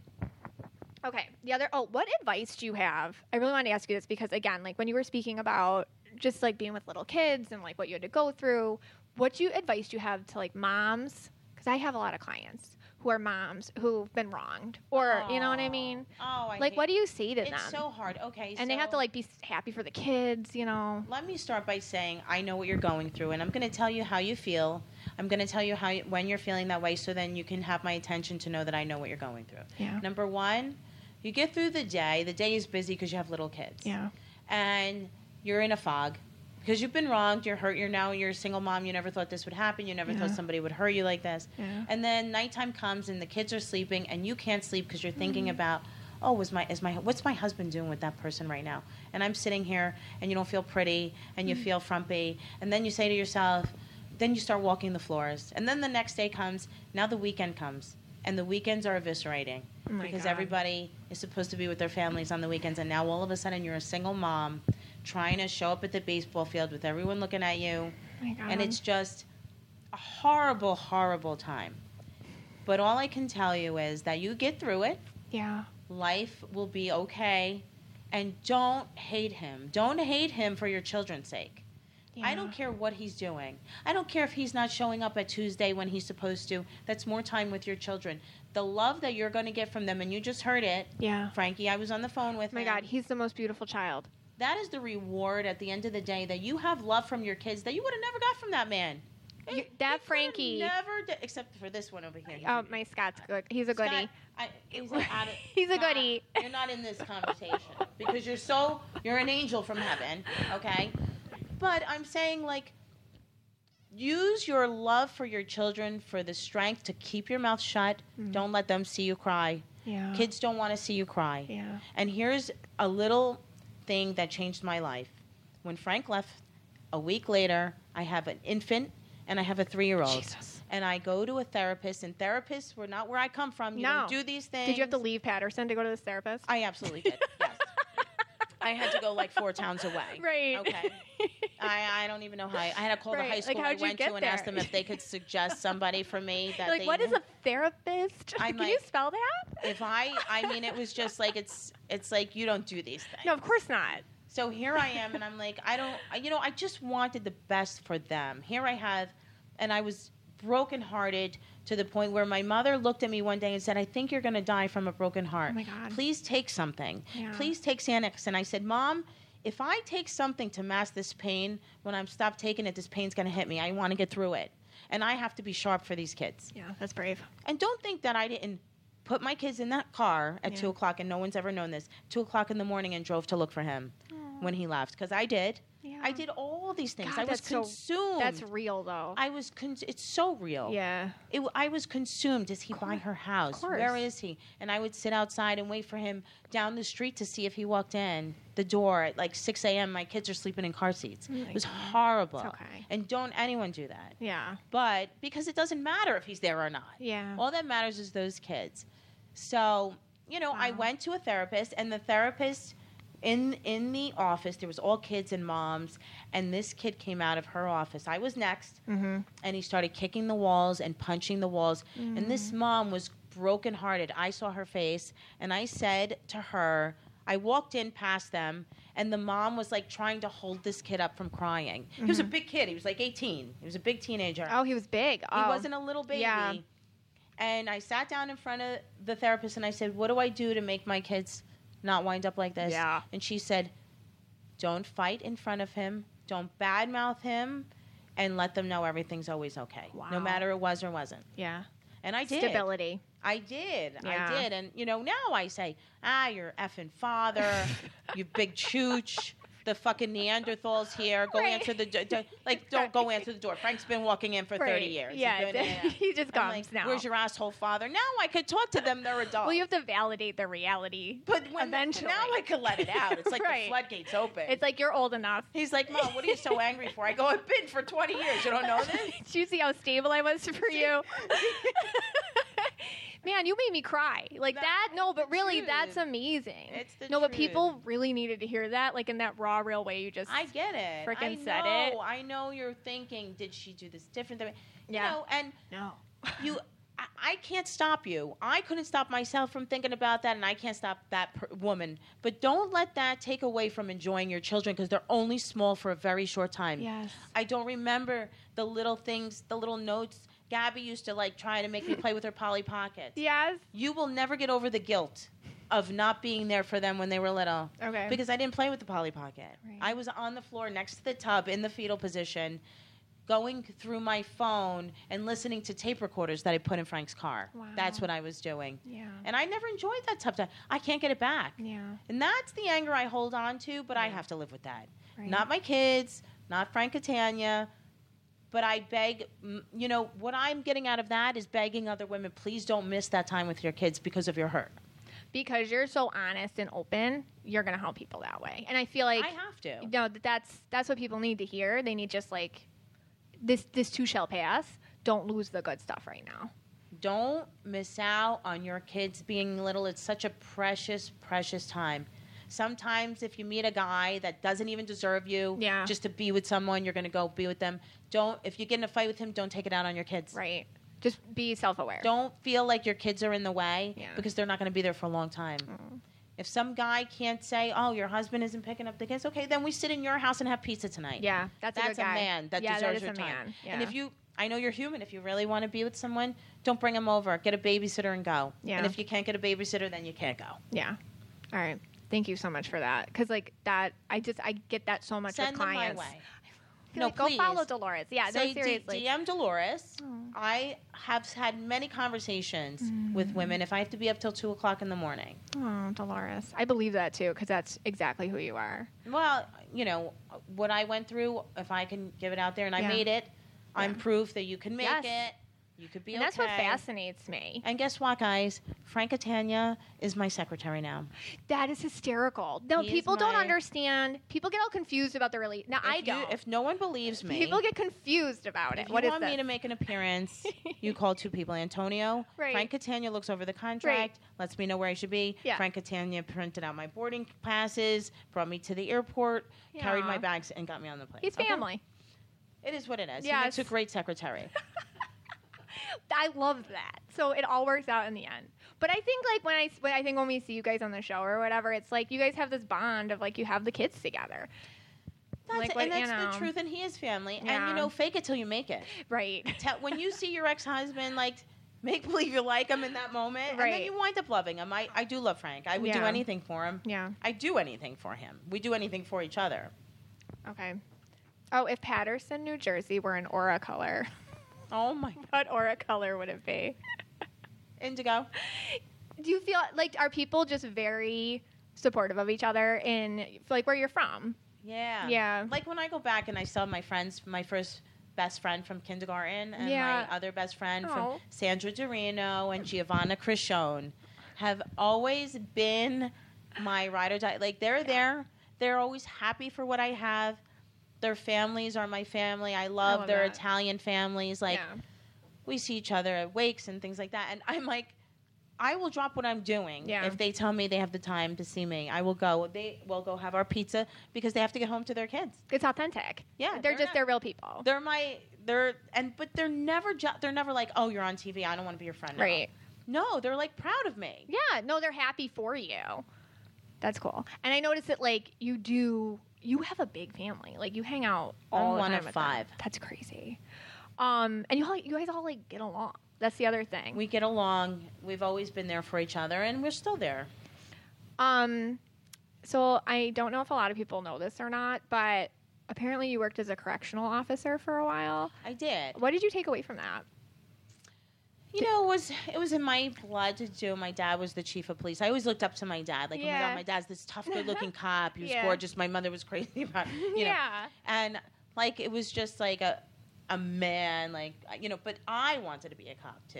[SPEAKER 1] okay, the other oh, what advice do you have? I really want to ask you this because again, like when you were speaking about just like being with little kids and like what you had to go through, what do you advice do you have to like moms cuz I have a lot of clients who are moms who've been wronged or you know what I
[SPEAKER 3] Aw.
[SPEAKER 1] mean?
[SPEAKER 3] Oh, I
[SPEAKER 1] Like,
[SPEAKER 3] hate-
[SPEAKER 1] what do you say to them?
[SPEAKER 3] It's so hard. Okay,
[SPEAKER 1] and they have to
[SPEAKER 3] so-
[SPEAKER 1] like be s- happy for the kids, you know.
[SPEAKER 3] Let me start by saying I know what you're going through, and I'm going to tell you how you feel. I'm going to tell you how you, when you're feeling that way, so then you can have my attention to know that I know what you're going through.
[SPEAKER 1] Yeah.
[SPEAKER 3] Number one, you get through the day. The day is busy because you have little kids.
[SPEAKER 1] Yeah.
[SPEAKER 3] And you're in a fog because you've been wronged. You're hurt. You're now you're a single mom. You never thought this would happen. You never
[SPEAKER 1] Yeah.
[SPEAKER 3] thought somebody would hurt you like this.
[SPEAKER 1] Yeah.
[SPEAKER 3] And then nighttime comes and the kids are sleeping and you can't sleep because you're thinking about, oh, was my is my what's my husband doing with that person right now? And I'm sitting here and you don't feel pretty and you feel frumpy and then you say to yourself, then you start walking the floors and then the next day comes. Now the weekend comes and the weekends are eviscerating
[SPEAKER 1] Oh my
[SPEAKER 3] because
[SPEAKER 1] God.
[SPEAKER 3] everybody is supposed to be with their families on the weekends and now all of a sudden you're a single mom trying to show up at the baseball field with everyone looking at you
[SPEAKER 1] Oh my God.
[SPEAKER 3] and it's just a horrible, horrible time. But all I can tell you is that you get through it.
[SPEAKER 1] yeah.
[SPEAKER 3] Life will be okay. And don't hate him. Don't hate him for your children's sake.
[SPEAKER 1] yeah.
[SPEAKER 3] I don't care what he's doing. I don't care if he's not showing up at Tuesday when he's supposed to. That's more time with your children. The love that you're going to get from them, and you just heard it,
[SPEAKER 1] Yeah.
[SPEAKER 3] Frankie. I was on the phone with
[SPEAKER 1] Oh my
[SPEAKER 3] him
[SPEAKER 1] God, he's the most beautiful child.
[SPEAKER 3] that is the reward at the end of the day that you have love from your kids that you would have never got from that man.
[SPEAKER 1] You-
[SPEAKER 3] Eh,
[SPEAKER 1] that
[SPEAKER 3] you could've
[SPEAKER 1] Frankie-
[SPEAKER 3] never, d- except for this one over here.
[SPEAKER 1] Oh, my Scott's good. He's a
[SPEAKER 3] Scott,
[SPEAKER 1] goodie.
[SPEAKER 3] I, he's, an out of-
[SPEAKER 1] He's a
[SPEAKER 3] Scott,
[SPEAKER 1] goodie.
[SPEAKER 3] You're not in this conversation because you're so you're an angel from heaven, okay? But I'm saying like. Use your love for your children for the strength to keep your mouth shut.
[SPEAKER 1] Mm.
[SPEAKER 3] Don't let them see you cry.
[SPEAKER 1] Yeah.
[SPEAKER 3] Kids don't want to see you cry.
[SPEAKER 1] Yeah.
[SPEAKER 3] And here's a little thing that changed my life. When Frank left, a week later, I have an infant and I have a three year old.
[SPEAKER 1] Jesus.
[SPEAKER 3] And I go to a therapist, and therapists were not where I come from. You
[SPEAKER 1] No.
[SPEAKER 3] don't do these things.
[SPEAKER 1] Did you have to leave Patterson to go to this therapist?
[SPEAKER 3] I absolutely did. Yes. I had to go like four towns away.
[SPEAKER 1] Right.
[SPEAKER 3] Okay. I, I don't even know how I, I had to call
[SPEAKER 1] Right.
[SPEAKER 3] the high
[SPEAKER 1] Like,
[SPEAKER 3] school
[SPEAKER 1] how'd
[SPEAKER 3] I
[SPEAKER 1] you
[SPEAKER 3] went
[SPEAKER 1] get
[SPEAKER 3] to and
[SPEAKER 1] there?
[SPEAKER 3] ask them if they could suggest somebody for me that
[SPEAKER 1] like,
[SPEAKER 3] they
[SPEAKER 1] what is a therapist?
[SPEAKER 3] I'm
[SPEAKER 1] Can you
[SPEAKER 3] like-
[SPEAKER 1] spell that?
[SPEAKER 3] if I I mean it was just like it's it's like you don't do these things.
[SPEAKER 1] no, of course not.
[SPEAKER 3] So here I am, and I'm like, I don't, I- you know, I just wanted the best for them. Here I have, and I was brokenhearted to the point where my mother looked at me one day and said, I think you're going to die from a broken heart.
[SPEAKER 1] Oh my God.
[SPEAKER 3] Please take something.
[SPEAKER 1] Yeah.
[SPEAKER 3] Please take Xanax. And I said, Mom, if I take something to mask this pain, when I'm stopped taking it, this pain's going to hit me. I want to get through it. And I have to be sharp for these kids.
[SPEAKER 1] Yeah, that's brave.
[SPEAKER 3] And don't think that I didn't put my kids in that car at
[SPEAKER 1] Yeah.
[SPEAKER 3] two o'clock, and no one's ever known this. Two o'clock in the morning, and drove to look for him when he left, because I did.
[SPEAKER 1] Yeah.
[SPEAKER 3] I did all these things.
[SPEAKER 1] God,
[SPEAKER 3] I was
[SPEAKER 1] that's so-
[SPEAKER 3] consumed.
[SPEAKER 1] That's real though.
[SPEAKER 3] I was. Con- it's so real.
[SPEAKER 1] yeah.
[SPEAKER 3] It, I was consumed. Is he by her house?
[SPEAKER 1] course.
[SPEAKER 3] Where is he? And I would sit outside and wait for him down the street to see if he walked in the door at like 6 a.m. My kids are sleeping in car seats.
[SPEAKER 1] Oh my
[SPEAKER 3] it was
[SPEAKER 1] God.
[SPEAKER 3] horrible.
[SPEAKER 1] It's okay.
[SPEAKER 3] And don't anyone do that.
[SPEAKER 1] Yeah.
[SPEAKER 3] But because it doesn't matter if he's there or not.
[SPEAKER 1] Yeah.
[SPEAKER 3] All that matters is those kids. So, you know, I
[SPEAKER 1] Wow.
[SPEAKER 3] went to a therapist and the therapist in in the office there was all kids and moms and this kid came out of her office. I was next
[SPEAKER 1] mm-hmm.
[SPEAKER 3] and he started kicking the walls and punching the walls and this mom was brokenhearted. I saw her face and I said to her I walked in past them, and the mom was like trying to hold this kid up from crying. He was a big kid. He was like 18. He was a big teenager.
[SPEAKER 1] Oh, he was big. Oh.
[SPEAKER 3] He wasn't a little baby.
[SPEAKER 1] Yeah.
[SPEAKER 3] And I sat down in front of the therapist and I said, What do I do to make my kids not wind up like this?
[SPEAKER 1] Yeah.
[SPEAKER 3] And she said, Don't fight in front of him, don't badmouth him, and let them know everything's always okay.
[SPEAKER 1] Wow.
[SPEAKER 3] No matter it was or wasn't.
[SPEAKER 1] Yeah.
[SPEAKER 3] And I did.
[SPEAKER 1] Stability.
[SPEAKER 3] I did.
[SPEAKER 1] Yeah.
[SPEAKER 3] I did. And, you know, now I say, ah, you're effing father, you big chooch, the fucking Neanderthals here. Go
[SPEAKER 1] Right.
[SPEAKER 3] answer the do- do- Like, don't go answer the door. Frank's been walking in for 30 years. He's
[SPEAKER 1] Yeah.
[SPEAKER 3] been in and out.
[SPEAKER 1] he just
[SPEAKER 3] I'm
[SPEAKER 1] comes
[SPEAKER 3] like,
[SPEAKER 1] now.
[SPEAKER 3] Where's your asshole father? Now I could talk to them. They're adults.
[SPEAKER 1] well, you have to validate the reality.
[SPEAKER 3] but when
[SPEAKER 1] eventually.
[SPEAKER 3] now I could let it out. It's like
[SPEAKER 1] Right.
[SPEAKER 3] the floodgates open.
[SPEAKER 1] It's like you're old enough.
[SPEAKER 3] He's like, Mom, what are you so angry for? I go, I've been for 20 years. You don't know this?
[SPEAKER 1] Did you see how stable I was for you? Man, you made me cry. Like
[SPEAKER 3] No,
[SPEAKER 1] that, no,
[SPEAKER 3] it's the
[SPEAKER 1] but really,
[SPEAKER 3] truth.
[SPEAKER 1] that's amazing.
[SPEAKER 3] It's the
[SPEAKER 1] no, but people really needed to hear that, like in that raw, real way you just.
[SPEAKER 3] I get it.
[SPEAKER 1] Frickin'
[SPEAKER 3] I
[SPEAKER 1] said
[SPEAKER 3] know.
[SPEAKER 1] it.
[SPEAKER 3] I know you're thinking, did she do this different than me?
[SPEAKER 1] Yeah.
[SPEAKER 3] You know, and
[SPEAKER 1] no.
[SPEAKER 3] you I- I can't stop you. I couldn't stop myself from thinking about that, and I can't stop that per- woman. But don't let that take away from enjoying your children because they're only small for a very short time.
[SPEAKER 1] Yes.
[SPEAKER 3] I don't remember the little things, the little notes Gabby used to like try to make me play with her Polly Pockets.
[SPEAKER 1] Yes.
[SPEAKER 3] You will never get over the guilt of not being there for them when they were little.
[SPEAKER 1] Okay.
[SPEAKER 3] Because I didn't play with the Polly Pocket.
[SPEAKER 1] Right.
[SPEAKER 3] I was on the floor next to the tub in the fetal position, going through my phone and listening to tape recorders that I put in Frank's car.
[SPEAKER 1] Wow.
[SPEAKER 3] That's what I was doing.
[SPEAKER 1] yeah.
[SPEAKER 3] And I never enjoyed that tough time. I can't get it back.
[SPEAKER 1] Yeah.
[SPEAKER 3] And that's the anger I hold on to, but I have to live with that.
[SPEAKER 1] Right.
[SPEAKER 3] Not my kids, not Frank Catania, but I beg, mm, you know, what I'm getting out of that is begging other women, please don't miss that time with your kids because of your hurt.
[SPEAKER 1] Because you're so honest and open, you're gonna help people that way. And I feel like
[SPEAKER 3] I have to.
[SPEAKER 1] no, that that's that's what people need to hear. They need just like this. This too shall pass. Don't lose the good stuff right now.
[SPEAKER 3] Don't miss out on your kids being little. It's such a precious, precious time. Sometimes if you meet a guy that doesn't even deserve you,
[SPEAKER 1] Yeah.
[SPEAKER 3] just to be with someone, you're going to go be with them. Don't, if you get in a fight with him, don't take it out on your kids.
[SPEAKER 1] Right. Just be self-aware.
[SPEAKER 3] don't feel like your kids are in the way
[SPEAKER 1] Yeah. Mm.
[SPEAKER 3] because they're not going to be there for a long time. If some guy can't say, "Oh, your husband isn't picking up the kids," okay, then we sit in your house and have pizza tonight.
[SPEAKER 1] Yeah, that's,
[SPEAKER 3] that's
[SPEAKER 1] a,
[SPEAKER 3] a,
[SPEAKER 1] good guy.
[SPEAKER 3] man that
[SPEAKER 1] yeah,
[SPEAKER 3] deserves
[SPEAKER 1] that is
[SPEAKER 3] your
[SPEAKER 1] a
[SPEAKER 3] time.
[SPEAKER 1] man. Yeah.
[SPEAKER 3] And if you, I know you're human. If you really want to be with someone, don't bring him over. Get a babysitter and go.
[SPEAKER 1] Yeah.
[SPEAKER 3] And if you can't get a babysitter, then you can't go.
[SPEAKER 1] yeah. All right. Thank you so much for that. Because like that, I just I get that so much
[SPEAKER 3] Send
[SPEAKER 1] with
[SPEAKER 3] them my
[SPEAKER 1] clients.
[SPEAKER 3] way.
[SPEAKER 1] Be
[SPEAKER 3] No,
[SPEAKER 1] like, go
[SPEAKER 3] please.
[SPEAKER 1] follow Dolores. Yeah,
[SPEAKER 3] Say
[SPEAKER 1] no, seriously.
[SPEAKER 3] D- DM Dolores.
[SPEAKER 1] Oh.
[SPEAKER 3] I have had many conversations
[SPEAKER 1] Mm.
[SPEAKER 3] with women. If I have to be up till two o'clock in the morning.
[SPEAKER 1] oh, Dolores. I believe that too because that's exactly who you are.
[SPEAKER 3] Well, you know what I went through. If I can give it out there, and I
[SPEAKER 1] Yeah.
[SPEAKER 3] made it, I'm
[SPEAKER 1] Yeah.
[SPEAKER 3] proof that you can make
[SPEAKER 1] Yes.
[SPEAKER 3] it. You could be.
[SPEAKER 1] and that's what
[SPEAKER 3] okay.
[SPEAKER 1] fascinates me.
[SPEAKER 3] And guess what, guys? Frank Catania is my secretary now.
[SPEAKER 1] That is hysterical. No,
[SPEAKER 3] He is
[SPEAKER 1] people don't
[SPEAKER 3] my-
[SPEAKER 1] understand. People get all confused about the release. Now I
[SPEAKER 3] If you-
[SPEAKER 1] don't.
[SPEAKER 3] if no one believes me,
[SPEAKER 1] people get confused about
[SPEAKER 3] If
[SPEAKER 1] it.
[SPEAKER 3] you
[SPEAKER 1] What is
[SPEAKER 3] want me
[SPEAKER 1] this?
[SPEAKER 3] to make an appearance, you call two people. Antonio,
[SPEAKER 1] Right.
[SPEAKER 3] Frank Catania looks over the contract, lets me know where I should be.
[SPEAKER 1] Yeah.
[SPEAKER 3] Frank Catania printed out my boarding passes, brought me to the airport, carried
[SPEAKER 1] Yeah.
[SPEAKER 3] my bags, and got me on the plane.
[SPEAKER 1] He's
[SPEAKER 3] Okay?
[SPEAKER 1] family.
[SPEAKER 3] It is what it is.
[SPEAKER 1] Yes.
[SPEAKER 3] He makes a great secretary.
[SPEAKER 1] I love that. So it all works out in the end. But I think like when I when I think when we see you guys on the show or whatever, it's like you guys have this bond of like you have the kids together,
[SPEAKER 3] That's
[SPEAKER 1] Like
[SPEAKER 3] it.
[SPEAKER 1] what-
[SPEAKER 3] and
[SPEAKER 1] you
[SPEAKER 3] that's
[SPEAKER 1] know.
[SPEAKER 3] the truth, and he is family. And
[SPEAKER 1] Yeah.
[SPEAKER 3] you know, fake it till you make it.
[SPEAKER 1] right?
[SPEAKER 3] Tell, when you see your ex husband, like, make believe you like him in that moment, and then
[SPEAKER 1] Right.
[SPEAKER 3] you wind up loving him. I, I do love Frank. I would do
[SPEAKER 1] Yeah.
[SPEAKER 3] anything for him.
[SPEAKER 1] yeah.
[SPEAKER 3] I do anything for him. We do anything for each other.
[SPEAKER 1] Okay. Oh, if Patterson, New Jersey, were an aura color,
[SPEAKER 3] Oh my God.
[SPEAKER 1] what aura color would it be?
[SPEAKER 3] Indigo.
[SPEAKER 1] Do you feel like are people just very supportive of each other in like where you're from?
[SPEAKER 3] Yeah.
[SPEAKER 1] Yeah.
[SPEAKER 3] Like when I go back and I saw my friends, my first best friend from kindergarten and
[SPEAKER 1] Yeah.
[SPEAKER 3] my other best friend
[SPEAKER 1] Oh.
[SPEAKER 3] from Sandra Dorino and Giovanna Crishone have always been my ride or die. Like they're there. They're always happy for what I have. Their families are my family. I love,
[SPEAKER 1] love
[SPEAKER 3] their
[SPEAKER 1] that.
[SPEAKER 3] Italian families. Like
[SPEAKER 1] yeah.
[SPEAKER 3] we see each other at wakes and things like that. And I'm like, I will drop what I'm doing
[SPEAKER 1] Yeah.
[SPEAKER 3] if they tell me they have the time to see me. I will go. They will go have our pizza because they have to get home to their kids.
[SPEAKER 1] it's authentic.
[SPEAKER 3] Yeah,
[SPEAKER 1] they're,
[SPEAKER 3] they're
[SPEAKER 1] just
[SPEAKER 3] not-
[SPEAKER 1] they're real people,
[SPEAKER 3] They're my they're and but they're never ju- they're never like oh you're on TV I don't want to be your friend now."
[SPEAKER 1] right?
[SPEAKER 3] no they're like proud of me
[SPEAKER 1] Yeah, no, they're happy for you. That's cool. And I noticed that like you do you have a big family. Like you hang out all
[SPEAKER 3] I'm
[SPEAKER 1] the
[SPEAKER 3] one
[SPEAKER 1] time
[SPEAKER 3] of
[SPEAKER 1] with them.
[SPEAKER 3] five.
[SPEAKER 1] That's crazy. Um and you all, you guys all like get along. That's the other thing.
[SPEAKER 3] we get along we've always been there for each other and we're still there
[SPEAKER 1] um so I don't know if a lot of people know this or not, but apparently you worked as a correctional officer for a while.
[SPEAKER 3] I did
[SPEAKER 1] What did you take away from that?
[SPEAKER 3] you know it was it was in my blood to do my dad was the chief of police I always looked up to my dad like oh my
[SPEAKER 1] Yeah.
[SPEAKER 3] god my dad's this tough good looking cop he was
[SPEAKER 1] Yeah.
[SPEAKER 3] gorgeous my mother was crazy about him, you know
[SPEAKER 1] yeah.
[SPEAKER 3] and like it was just like a a man like you know but i wanted to be a cop too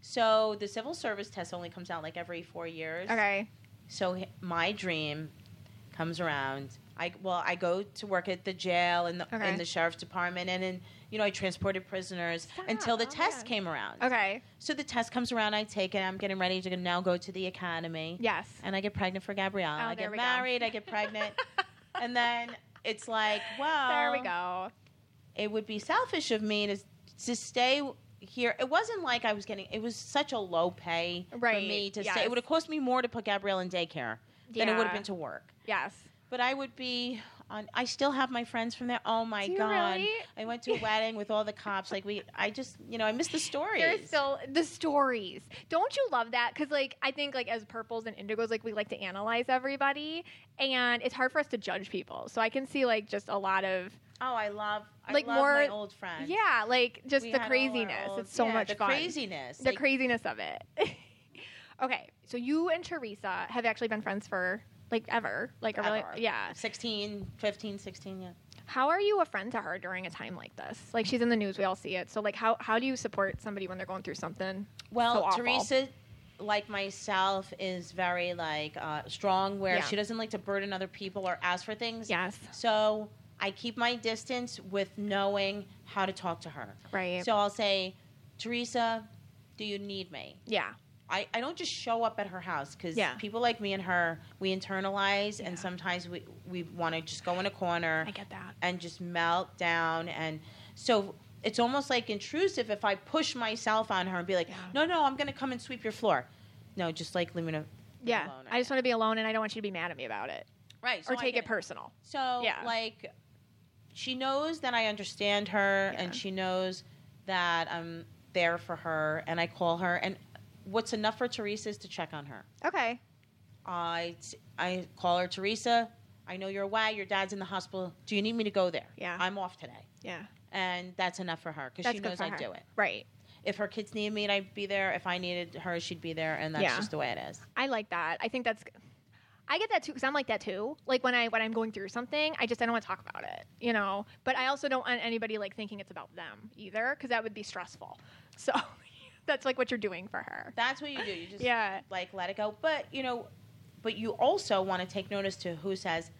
[SPEAKER 3] so the civil service test only comes out like every four years
[SPEAKER 1] Okay.
[SPEAKER 3] so h- my dream comes around i well i go to work at the jail and the,
[SPEAKER 1] Okay.
[SPEAKER 3] in the sheriff's department and in you know i transported prisoners
[SPEAKER 1] Stop.
[SPEAKER 3] until the
[SPEAKER 1] Oh my
[SPEAKER 3] test
[SPEAKER 1] God.
[SPEAKER 3] came around
[SPEAKER 1] Okay.
[SPEAKER 3] so the test comes around i take it i'm getting ready to now go to the academy
[SPEAKER 1] Yes.
[SPEAKER 3] and i get pregnant for gabrielle
[SPEAKER 1] Oh,
[SPEAKER 3] Uh, i
[SPEAKER 1] there
[SPEAKER 3] get
[SPEAKER 1] we go.
[SPEAKER 3] married i get pregnant and then it's like well
[SPEAKER 1] there we go.
[SPEAKER 3] it would be selfish of me to to stay here. It wasn't like I was getting. It was such a low pay for
[SPEAKER 1] Right,
[SPEAKER 3] me to
[SPEAKER 1] yes.
[SPEAKER 3] stay. It would have cost me more to put Gabrielle in daycare than it would
[SPEAKER 1] Yeah.
[SPEAKER 3] have been to work.
[SPEAKER 1] Yes.
[SPEAKER 3] But I would be on I still have my friends from there. Oh my
[SPEAKER 1] Do you
[SPEAKER 3] god.
[SPEAKER 1] really?
[SPEAKER 3] I went to a wedding with all the cops. Like we I just you know, I miss the stories.
[SPEAKER 1] There's so the stories. Don't you love that? Because like I think like as purples and indigos, like we like to analyze everybody, and it's hard for us to judge people. So I can see like just a lot of
[SPEAKER 3] oh, I love I
[SPEAKER 1] Like
[SPEAKER 3] love
[SPEAKER 1] more-
[SPEAKER 3] my old friends.
[SPEAKER 1] yeah, like just
[SPEAKER 3] We
[SPEAKER 1] the
[SPEAKER 3] had all our
[SPEAKER 1] craziness.
[SPEAKER 3] old-
[SPEAKER 1] It's so
[SPEAKER 3] yeah,
[SPEAKER 1] much
[SPEAKER 3] the
[SPEAKER 1] fun.
[SPEAKER 3] craziness.
[SPEAKER 1] The
[SPEAKER 3] Like,
[SPEAKER 1] craziness of it. okay, so you and Teresa have actually been friends for like ever, like a really,
[SPEAKER 3] Ever.
[SPEAKER 1] yeah.
[SPEAKER 3] 16, 15, 16, yeah.
[SPEAKER 1] How are you a friend to her during a time like this? Like she's in the news, we all see it. So like how how do you support somebody when they're going through something? so
[SPEAKER 3] Well,
[SPEAKER 1] awful?
[SPEAKER 3] Teresa, like myself, is very like uh, strong where
[SPEAKER 1] Yeah.
[SPEAKER 3] she doesn't like to burden other people or ask for things.
[SPEAKER 1] Yes.
[SPEAKER 3] So I keep my distance with knowing how to talk to her.
[SPEAKER 1] Right.
[SPEAKER 3] So I'll say, Teresa, do you need me?
[SPEAKER 1] yeah.
[SPEAKER 3] I, I don't just show up at her house because
[SPEAKER 1] Yeah.
[SPEAKER 3] people like me and her, we internalize
[SPEAKER 1] Yeah.
[SPEAKER 3] and sometimes we, we want to just go in a corner
[SPEAKER 1] I get that.
[SPEAKER 3] and just melt down and so it's almost like intrusive if i push myself on her and be like
[SPEAKER 1] Yeah.
[SPEAKER 3] no no i'm gonna come and sweep your floor no just like leave me alone
[SPEAKER 1] Yeah.
[SPEAKER 3] right
[SPEAKER 1] I just want to be alone and I don't want you to be mad at me about it
[SPEAKER 3] right
[SPEAKER 1] or
[SPEAKER 3] so I
[SPEAKER 1] take
[SPEAKER 3] get
[SPEAKER 1] it personal.
[SPEAKER 3] so
[SPEAKER 1] Yeah.
[SPEAKER 3] like she knows that i understand her
[SPEAKER 1] Yeah.
[SPEAKER 3] and she knows that i'm there for her and i call her and what's enough for teresa is to check on her
[SPEAKER 1] Okay.
[SPEAKER 3] i i call her teresa i know you're away your dad's in the hospital do you need me to go there
[SPEAKER 1] Yeah.
[SPEAKER 3] i'm off today
[SPEAKER 1] Yeah.
[SPEAKER 3] and that's enough for her because
[SPEAKER 1] That's
[SPEAKER 3] she
[SPEAKER 1] good
[SPEAKER 3] knows
[SPEAKER 1] for
[SPEAKER 3] I
[SPEAKER 1] her.
[SPEAKER 3] do it.
[SPEAKER 1] Right.
[SPEAKER 3] If her kids needed me, I'd be there. If I needed her, she'd be there, and that's
[SPEAKER 1] Yeah.
[SPEAKER 3] just the way it is.
[SPEAKER 1] I like that. I think that's. I get that too because I'm like that too. Like when I when I'm going through something, I just I don't want to talk about it, you know. But I also don't want anybody like thinking it's about them either because that would be stressful. So that's like what you're doing for her.
[SPEAKER 3] That's what you do. You just
[SPEAKER 1] Yeah.
[SPEAKER 3] like let it go. But you know, but you also want to take notice to who says,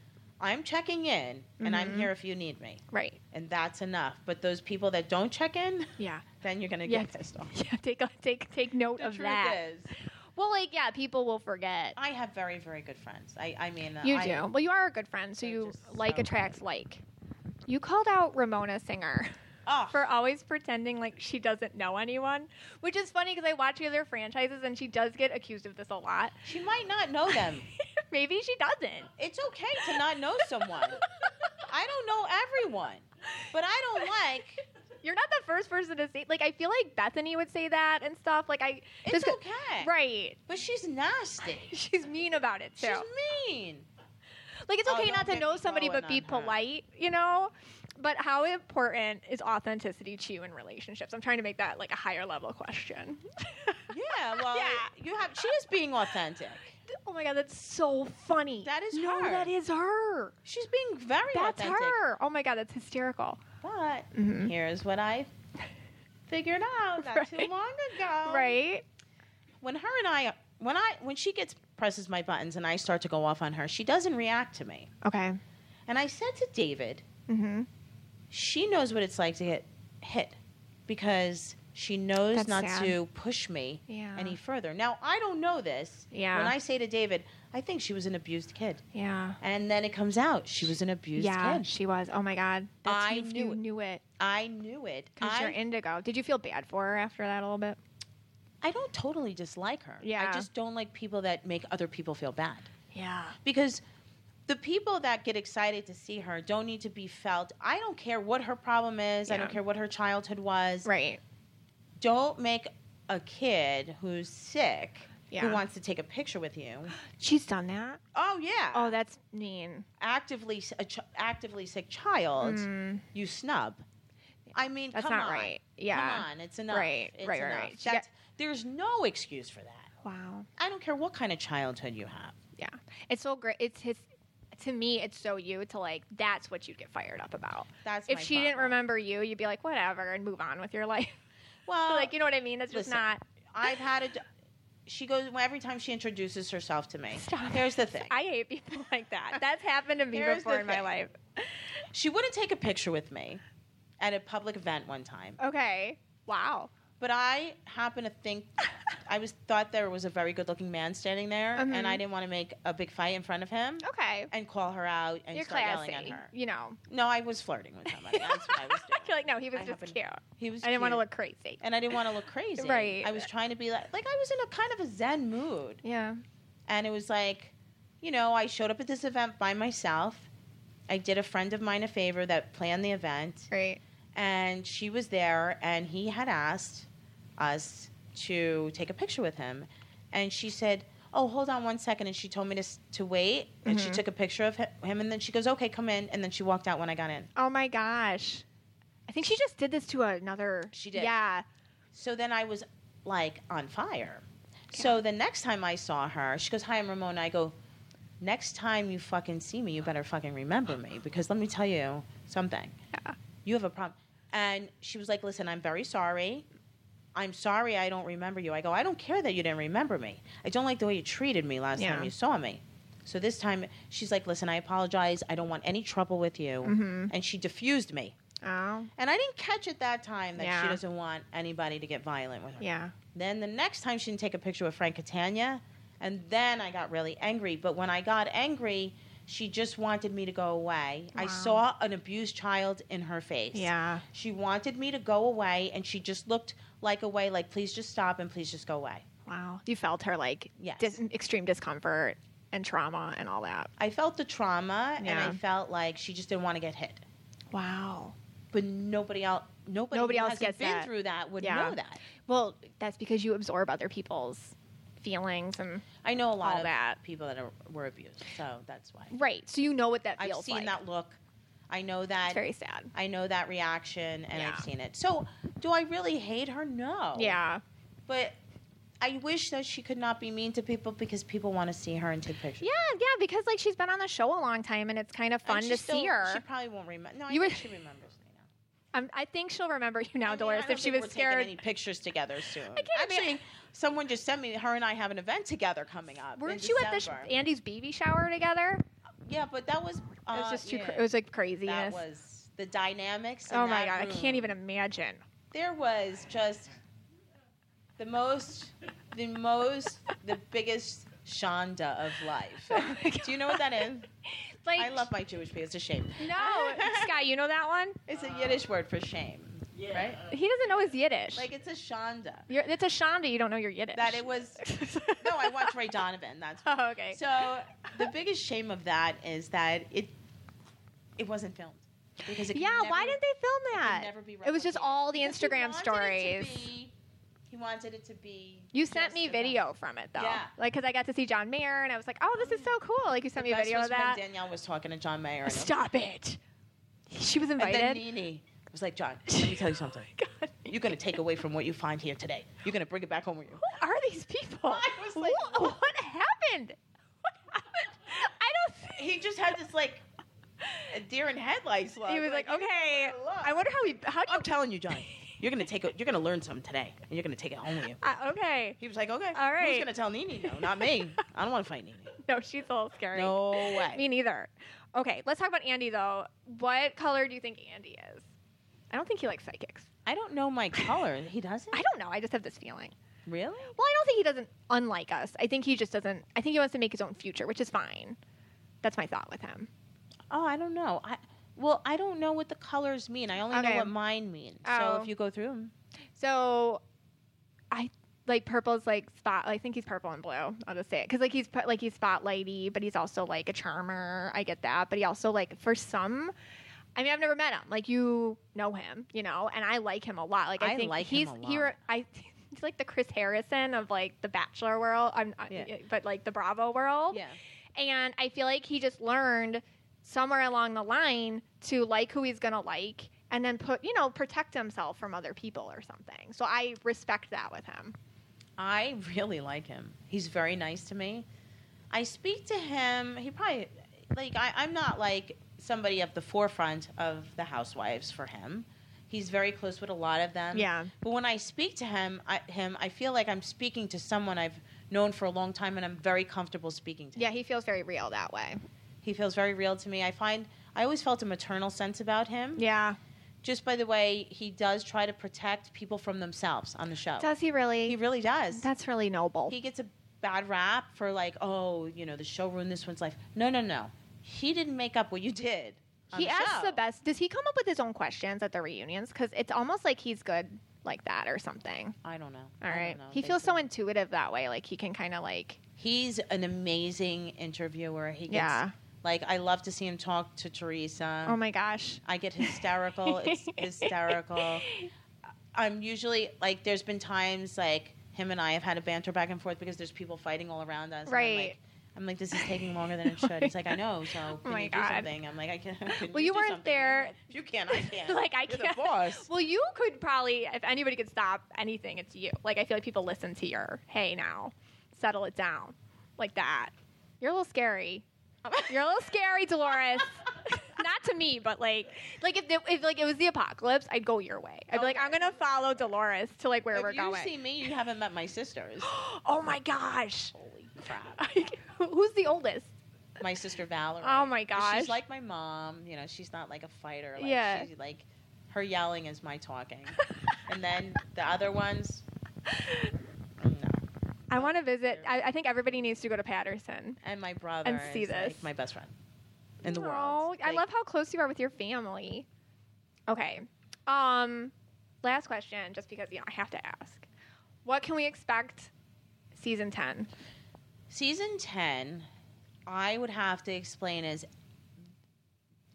[SPEAKER 3] "I'm checking in, and I'm
[SPEAKER 1] Mhm.
[SPEAKER 3] here if you need me,"
[SPEAKER 1] Right.
[SPEAKER 3] and that's enough. But those people that don't check in,
[SPEAKER 1] Yeah.
[SPEAKER 3] then you're gonna
[SPEAKER 1] Yeah.
[SPEAKER 3] get pissed off.
[SPEAKER 1] Yeah. Take a, take take note
[SPEAKER 3] The
[SPEAKER 1] of
[SPEAKER 3] truth
[SPEAKER 1] that.
[SPEAKER 3] is,
[SPEAKER 1] Well, like yeah, people will forget.
[SPEAKER 3] I have very, very good friends. I, I mean,
[SPEAKER 1] You
[SPEAKER 3] Uh, I,
[SPEAKER 1] do. Well, you are a good friend, so
[SPEAKER 3] They're
[SPEAKER 1] you
[SPEAKER 3] just
[SPEAKER 1] like
[SPEAKER 3] so-
[SPEAKER 1] attracts like. You called out Ramona Singer.
[SPEAKER 3] Oh,
[SPEAKER 1] for always pretending like she doesn't know anyone, which is funny because I watch the other franchises and she does get accused of this a lot.
[SPEAKER 3] she might not know them.
[SPEAKER 1] Maybe she doesn't.
[SPEAKER 3] it's okay to not know someone. I don't know everyone, but I don't like
[SPEAKER 1] You're not the first person to say like I feel like Bethany would say that and stuff. Like I
[SPEAKER 3] It's
[SPEAKER 1] just-
[SPEAKER 3] okay.
[SPEAKER 1] Right.
[SPEAKER 3] But she's nasty.
[SPEAKER 1] She's mean about it too.
[SPEAKER 3] She's mean.
[SPEAKER 1] like it's
[SPEAKER 3] Oh,
[SPEAKER 1] okay
[SPEAKER 3] don't
[SPEAKER 1] not to
[SPEAKER 3] get
[SPEAKER 1] know
[SPEAKER 3] me
[SPEAKER 1] somebody
[SPEAKER 3] going
[SPEAKER 1] but be
[SPEAKER 3] on her.
[SPEAKER 1] polite, you know? But how important is authenticity to you in relationships? I'm trying to make that like a higher level question.
[SPEAKER 3] Yeah, well,
[SPEAKER 1] Yeah.
[SPEAKER 3] you have she is being authentic.
[SPEAKER 1] oh my god, that's so funny.
[SPEAKER 3] That is
[SPEAKER 1] no,
[SPEAKER 3] her.
[SPEAKER 1] that is her.
[SPEAKER 3] She's being very
[SPEAKER 1] That's
[SPEAKER 3] authentic.
[SPEAKER 1] her. Oh my god, that's hysterical.
[SPEAKER 3] But
[SPEAKER 1] Mhm.
[SPEAKER 3] here's what I figured out not too
[SPEAKER 1] Right.
[SPEAKER 3] long ago.
[SPEAKER 1] right?
[SPEAKER 3] When her and I when I when she gets presses my buttons and I start to go off on her, she doesn't react to me.
[SPEAKER 1] Okay.
[SPEAKER 3] And I said to David,
[SPEAKER 1] Mm-hmm.
[SPEAKER 3] she knows what it's like to get hit because she knows
[SPEAKER 1] That's
[SPEAKER 3] not
[SPEAKER 1] sad.
[SPEAKER 3] to push me
[SPEAKER 1] Yeah.
[SPEAKER 3] any further. Now, I don't know this.
[SPEAKER 1] Yeah.
[SPEAKER 3] When I say to David, I think she was an abused kid.
[SPEAKER 1] Yeah.
[SPEAKER 3] And then it comes out she was an abused
[SPEAKER 1] yeah,
[SPEAKER 3] kid.
[SPEAKER 1] she was. Oh my God. That's
[SPEAKER 3] I
[SPEAKER 1] you
[SPEAKER 3] knew
[SPEAKER 1] you
[SPEAKER 3] it.
[SPEAKER 1] knew it
[SPEAKER 3] I knew it.
[SPEAKER 1] because you're
[SPEAKER 3] I,
[SPEAKER 1] indigo. Did you feel bad for her after that a little bit?
[SPEAKER 3] I don't totally dislike her.
[SPEAKER 1] Yeah.
[SPEAKER 3] I just don't like people that make other people feel bad.
[SPEAKER 1] Yeah.
[SPEAKER 3] Because the people that get excited to see her don't need to be felt. I don't care what her problem is. I
[SPEAKER 1] Yeah.
[SPEAKER 3] don't care what her childhood was.
[SPEAKER 1] Right.
[SPEAKER 3] Don't make a kid who's sick
[SPEAKER 1] Yeah.
[SPEAKER 3] who wants to take a picture with you.
[SPEAKER 1] She's done that.
[SPEAKER 3] Oh yeah.
[SPEAKER 1] Oh, that's mean.
[SPEAKER 3] actively s- a ch- actively sick child,
[SPEAKER 1] Mm,
[SPEAKER 3] you snub. I mean,
[SPEAKER 1] that's
[SPEAKER 3] come
[SPEAKER 1] not
[SPEAKER 3] on.
[SPEAKER 1] right. Yeah.
[SPEAKER 3] Come on, it's enough.
[SPEAKER 1] Right,
[SPEAKER 3] It's
[SPEAKER 1] right, right,
[SPEAKER 3] enough.
[SPEAKER 1] right. She
[SPEAKER 3] That's- there's no excuse for that.
[SPEAKER 1] Wow.
[SPEAKER 3] I don't care what kind of childhood you have.
[SPEAKER 1] Yeah. It's so great. It's his. To me, it's so you to like. That's what you'd get fired up about.
[SPEAKER 3] That's
[SPEAKER 1] if
[SPEAKER 3] my
[SPEAKER 1] she didn't
[SPEAKER 3] problem.
[SPEAKER 1] remember you, you'd be like, whatever, and move on with your life.
[SPEAKER 3] Well,
[SPEAKER 1] like, you know what I mean? That's just
[SPEAKER 3] listen,
[SPEAKER 1] not.
[SPEAKER 3] I've had a. d- She goes well, every time she introduces herself to me.
[SPEAKER 1] Stop.
[SPEAKER 3] Here's the thing.
[SPEAKER 1] I hate people like that. That's happened to me
[SPEAKER 3] Here's
[SPEAKER 1] before
[SPEAKER 3] the
[SPEAKER 1] in my
[SPEAKER 3] thing.
[SPEAKER 1] life.
[SPEAKER 3] She wouldn't take a picture with me at a public event one time,
[SPEAKER 1] Okay. Wow.
[SPEAKER 3] but I happen to think. I was thought there was a very good-looking man standing there,
[SPEAKER 1] Mhm.
[SPEAKER 3] and I didn't want to make a big fight in front of him.
[SPEAKER 1] Okay.
[SPEAKER 3] and call her out and
[SPEAKER 1] You're
[SPEAKER 3] start
[SPEAKER 1] classy.
[SPEAKER 3] yelling at her.
[SPEAKER 1] You know.
[SPEAKER 3] No, I was flirting with somebody. That's what I was doing.
[SPEAKER 1] You're like, no, he was
[SPEAKER 3] I
[SPEAKER 1] just
[SPEAKER 3] happened-
[SPEAKER 1] cute.
[SPEAKER 3] He was.
[SPEAKER 1] I didn't want to
[SPEAKER 3] cute.
[SPEAKER 1] look crazy.
[SPEAKER 3] And I didn't want to look crazy.
[SPEAKER 1] Right.
[SPEAKER 3] I was trying to be like, like I was in a kind of a zen mood,
[SPEAKER 1] Yeah.
[SPEAKER 3] and it was like, you know, I showed up at this event by myself, I did a friend of mine a favor that planned the event,
[SPEAKER 1] Right.
[SPEAKER 3] and she was there, and he had asked us to take a picture with him, and she said. Oh, hold on one second. And she told me to, s- to wait. And she took a picture of hi- him. And then she goes, okay, come in. And then she walked out when I got in.
[SPEAKER 1] Oh my gosh. I think she just did this to another.
[SPEAKER 3] She did.
[SPEAKER 1] Yeah.
[SPEAKER 3] So then I was like on fire. So the next time I saw her, she goes, Hi, I'm Ramona. I go, Next time you fucking see me, you better fucking remember me because let me tell you something.
[SPEAKER 1] Yeah.
[SPEAKER 3] You have a problem. And she was like, Listen, I'm very sorry. I'm sorry I don't remember you. I go, I don't care that you didn't remember me. I don't like the way you treated me last
[SPEAKER 1] Yeah.
[SPEAKER 3] time you saw me. So this time she's like, Listen, I apologize. I don't want any trouble with you.
[SPEAKER 1] Mm-hmm.
[SPEAKER 3] And she diffused me.
[SPEAKER 1] Oh.
[SPEAKER 3] And I didn't catch it that time that she
[SPEAKER 1] Yeah.
[SPEAKER 3] doesn't want anybody to get violent with her.
[SPEAKER 1] Yeah.
[SPEAKER 3] Then the next time she didn't take a picture with Frank Catania, and then I got really angry. But when I got angry, she just wanted me to go away. I
[SPEAKER 1] Wow.
[SPEAKER 3] saw an abused child in her face.
[SPEAKER 1] Yeah.
[SPEAKER 3] She wanted me to go away, and she just looked like away, like, please just stop and please just go away.
[SPEAKER 1] Wow. You felt her like
[SPEAKER 3] Yes.
[SPEAKER 1] dis- extreme discomfort and trauma and all that.
[SPEAKER 3] I felt the trauma, and I
[SPEAKER 1] Yeah.
[SPEAKER 3] felt like she just didn't want to get hit.
[SPEAKER 1] Wow.
[SPEAKER 3] But nobody else, nobody,
[SPEAKER 1] Nobody
[SPEAKER 3] who
[SPEAKER 1] else
[SPEAKER 3] hasn't
[SPEAKER 1] gets
[SPEAKER 3] been
[SPEAKER 1] that.
[SPEAKER 3] through that would
[SPEAKER 1] Yeah.
[SPEAKER 3] know that.
[SPEAKER 1] Well, that's because you absorb other people's feelings and
[SPEAKER 3] I know a lot
[SPEAKER 1] All
[SPEAKER 3] of
[SPEAKER 1] that.
[SPEAKER 3] people that are, were abused, so that's why.
[SPEAKER 1] right. So you know what that
[SPEAKER 3] I've
[SPEAKER 1] feels
[SPEAKER 3] seen
[SPEAKER 1] like.
[SPEAKER 3] that look. I know that.
[SPEAKER 1] It's very sad.
[SPEAKER 3] I know that reaction and
[SPEAKER 1] Yeah.
[SPEAKER 3] I've seen it. So, do I really hate her? No.
[SPEAKER 1] Yeah.
[SPEAKER 3] But I wish that she could not be mean to people because people want to see her and take pictures.
[SPEAKER 1] Yeah, yeah, because like she's been on the show a long time and it's kind of fun
[SPEAKER 3] And she
[SPEAKER 1] to
[SPEAKER 3] still-
[SPEAKER 1] see her.
[SPEAKER 3] She probably won't remember. No, I
[SPEAKER 1] You
[SPEAKER 3] think
[SPEAKER 1] were-
[SPEAKER 3] she remembers me now.
[SPEAKER 1] Um, I think she'll remember you now,
[SPEAKER 3] I mean,
[SPEAKER 1] Doris,
[SPEAKER 3] I don't
[SPEAKER 1] if she
[SPEAKER 3] think
[SPEAKER 1] was
[SPEAKER 3] we're taking
[SPEAKER 1] scared.
[SPEAKER 3] any pictures together soon.
[SPEAKER 1] can't
[SPEAKER 3] Actually,
[SPEAKER 1] imagine-
[SPEAKER 3] someone just sent me. Her and I have an event together coming up. in
[SPEAKER 1] Weren't you at the sh-
[SPEAKER 3] December.
[SPEAKER 1] Andy's baby shower together?
[SPEAKER 3] yeah, but that was. Uh,
[SPEAKER 1] it was just too.
[SPEAKER 3] yeah,
[SPEAKER 1] cra- it was like
[SPEAKER 3] That
[SPEAKER 1] craziness.
[SPEAKER 3] was the dynamics. in
[SPEAKER 1] oh my
[SPEAKER 3] that
[SPEAKER 1] god, I
[SPEAKER 3] room.
[SPEAKER 1] can't even imagine.
[SPEAKER 3] there was just the most, the most, the biggest Shonda of life.
[SPEAKER 1] Oh my God.
[SPEAKER 3] Do you know what that is?
[SPEAKER 1] Like
[SPEAKER 3] I love my Jewish people. It's a shame.
[SPEAKER 1] no, Sky, you know that one?
[SPEAKER 3] It's a Yiddish word for shame, right?
[SPEAKER 1] He doesn't know his Yiddish.
[SPEAKER 3] Like it's a Shonda.
[SPEAKER 1] You're, it's a Shonda. You don't know your Yiddish.
[SPEAKER 3] That it was. No, I watched Ray Donovan. That's
[SPEAKER 1] oh, okay.
[SPEAKER 3] so. The biggest shame of that is that it, it wasn't filmed. Because it could
[SPEAKER 1] yeah, why
[SPEAKER 3] never-
[SPEAKER 1] didn't they film
[SPEAKER 3] could
[SPEAKER 1] that?
[SPEAKER 3] never be
[SPEAKER 1] it was just
[SPEAKER 3] replicated.
[SPEAKER 1] all the
[SPEAKER 3] Because he
[SPEAKER 1] Instagram
[SPEAKER 3] wanted it to
[SPEAKER 1] stories.
[SPEAKER 3] be- He wanted it to be.
[SPEAKER 1] You sent
[SPEAKER 3] just
[SPEAKER 1] me
[SPEAKER 3] about-
[SPEAKER 1] video from it though,
[SPEAKER 3] Yeah.
[SPEAKER 1] like because I got to see John Mayer and I was like, "Oh, this is so cool!" Like you sent me a
[SPEAKER 3] Best
[SPEAKER 1] video of
[SPEAKER 3] was
[SPEAKER 1] that.
[SPEAKER 3] When Danielle was talking to John Mayer. and-
[SPEAKER 1] Stop it! She was
[SPEAKER 3] And
[SPEAKER 1] invited.
[SPEAKER 3] then Nene was like, John, let me tell you something.
[SPEAKER 1] God,
[SPEAKER 3] You're going to take away from what you find here today. You're going to bring it back home with you.
[SPEAKER 1] who are these people?
[SPEAKER 3] I was like,
[SPEAKER 1] what, what happened? What happened? I don't. think-
[SPEAKER 3] He just had this like a deer in headlights look.
[SPEAKER 1] he was like,
[SPEAKER 3] you didn't
[SPEAKER 1] "Okay,
[SPEAKER 3] know where to look."
[SPEAKER 1] I wonder how we. How do you?
[SPEAKER 3] I'm telling you, John, you're going to take it. You're going to learn something today, and you're going to take it home with you.
[SPEAKER 1] Uh, okay,
[SPEAKER 3] He was like, okay.
[SPEAKER 1] All
[SPEAKER 3] Who's
[SPEAKER 1] right.
[SPEAKER 3] going to tell Nene? No, not me. I don't want to fight Nene.
[SPEAKER 1] no, she's a little scary.
[SPEAKER 3] No way.
[SPEAKER 1] me neither. Okay, let's talk about Andy though. What color do you think Andy is? I don't think he likes psychics.
[SPEAKER 3] I don't know my color. He doesn't?
[SPEAKER 1] I don't know. I just have this feeling.
[SPEAKER 3] Really?
[SPEAKER 1] Well, I don't think he doesn't unlike us. I think he just doesn't. I think he wants to make his own future, which is fine. That's my thought with him.
[SPEAKER 3] Oh, I don't know. I well, I don't know what the colors mean. I only know
[SPEAKER 1] Okay.
[SPEAKER 3] what mine mean. So
[SPEAKER 1] Oh.
[SPEAKER 3] if you go through them,
[SPEAKER 1] So, I like purple's like spot. I think he's purple and blue. I'll just say it because like he's put like he's spotlighty, but he's also like a charmer. I get that, but he also like for some. I mean, I've never met him. Like you know him, you know, and I like him a lot. Like I,
[SPEAKER 3] I
[SPEAKER 1] think
[SPEAKER 3] like him
[SPEAKER 1] he's
[SPEAKER 3] a
[SPEAKER 1] he.
[SPEAKER 3] lot.
[SPEAKER 1] Re- I. He's like the Chris Harrison of like the Bachelor world, I'm, I-
[SPEAKER 3] Yeah.
[SPEAKER 1] but like the Bravo world. And I feel like he just learned somewhere along the line to like who he's going to like and then put, you know, protect himself from other people or something. So I respect that with him.
[SPEAKER 3] I really like him. He's very nice to me. I speak to him. He probably like I, I'm not like somebody at the forefront of the housewives for him. He's very close with a lot of them.
[SPEAKER 1] Yeah.
[SPEAKER 3] But when I speak to him, I, him, I feel like I'm speaking to someone I've known for a long time, and I'm very comfortable speaking to.
[SPEAKER 1] Yeah,
[SPEAKER 3] him.
[SPEAKER 1] he feels very real that way.
[SPEAKER 3] He feels very real to me. I find I always felt a maternal sense about him.
[SPEAKER 1] Yeah.
[SPEAKER 3] just by the way he does try to protect people from themselves on the show.
[SPEAKER 1] Does he really?
[SPEAKER 3] he really does.
[SPEAKER 1] That's really noble.
[SPEAKER 3] he gets a bad rap for like, oh, you know, the show ruined this one's life. No, no, no. He didn't make up what you did. on
[SPEAKER 1] He
[SPEAKER 3] the
[SPEAKER 1] asks
[SPEAKER 3] show.
[SPEAKER 1] the best. Does he come up with his own questions at the reunions? Because it's almost like he's good like that or something.
[SPEAKER 3] I don't know.
[SPEAKER 1] All
[SPEAKER 3] I don't
[SPEAKER 1] right.
[SPEAKER 3] know.
[SPEAKER 1] He
[SPEAKER 3] They
[SPEAKER 1] feels
[SPEAKER 3] said-
[SPEAKER 1] so intuitive that way. Like he can kind of like,
[SPEAKER 3] He's an amazing interviewer. He gets
[SPEAKER 1] Yeah.
[SPEAKER 3] Like I love to see him talk to Teresa.
[SPEAKER 1] Oh my gosh.
[SPEAKER 3] I get hysterical. it's hysterical. I'm usually like there's been times like him and I have had a banter back and forth because there's people fighting all around us. and I'm
[SPEAKER 1] Right. Oh
[SPEAKER 3] like- I'm like, this is taking longer than it should. He's like, I know, so can
[SPEAKER 1] my
[SPEAKER 3] you
[SPEAKER 1] God.
[SPEAKER 3] do something? I'm like, I can't. can
[SPEAKER 1] Well, you
[SPEAKER 3] do
[SPEAKER 1] weren't
[SPEAKER 3] something?"
[SPEAKER 1] there.
[SPEAKER 3] If you can, I can.
[SPEAKER 1] Like, I
[SPEAKER 3] You're
[SPEAKER 1] can't.
[SPEAKER 3] The boss.
[SPEAKER 1] Well, you could probably, if anybody could stop anything, it's you. Like, I feel like people listen to your, hey, now, settle it down, like that. You're a little scary. You're a little scary, Dolores. Not to me, but like, like if, the, if like it was the apocalypse, I'd go your way. I'd be like,
[SPEAKER 3] Okay.
[SPEAKER 1] I'm gonna follow Dolores to like where
[SPEAKER 3] if
[SPEAKER 1] we're
[SPEAKER 3] you
[SPEAKER 1] going.
[SPEAKER 3] see me, you haven't met my sisters.
[SPEAKER 1] oh my gosh,
[SPEAKER 3] Holy crap!
[SPEAKER 1] who's the oldest?
[SPEAKER 3] My sister Valerie.
[SPEAKER 1] Oh my gosh.
[SPEAKER 3] She's like my mom. You know, she's not like a fighter. Like,
[SPEAKER 1] Yeah.
[SPEAKER 3] She, like her yelling is my talking, and then the other ones. No.
[SPEAKER 1] I want to visit. I, I think everybody needs to go to Patterson.
[SPEAKER 3] And my brother
[SPEAKER 1] And see
[SPEAKER 3] is like
[SPEAKER 1] this.
[SPEAKER 3] my best friend in the
[SPEAKER 1] Aw,
[SPEAKER 3] world.
[SPEAKER 1] I
[SPEAKER 3] Like,
[SPEAKER 1] love how close you are with your family. Okay. Um, last question, just because you know I have to ask. What can we expect season ten?
[SPEAKER 3] season 10 i would have to explain is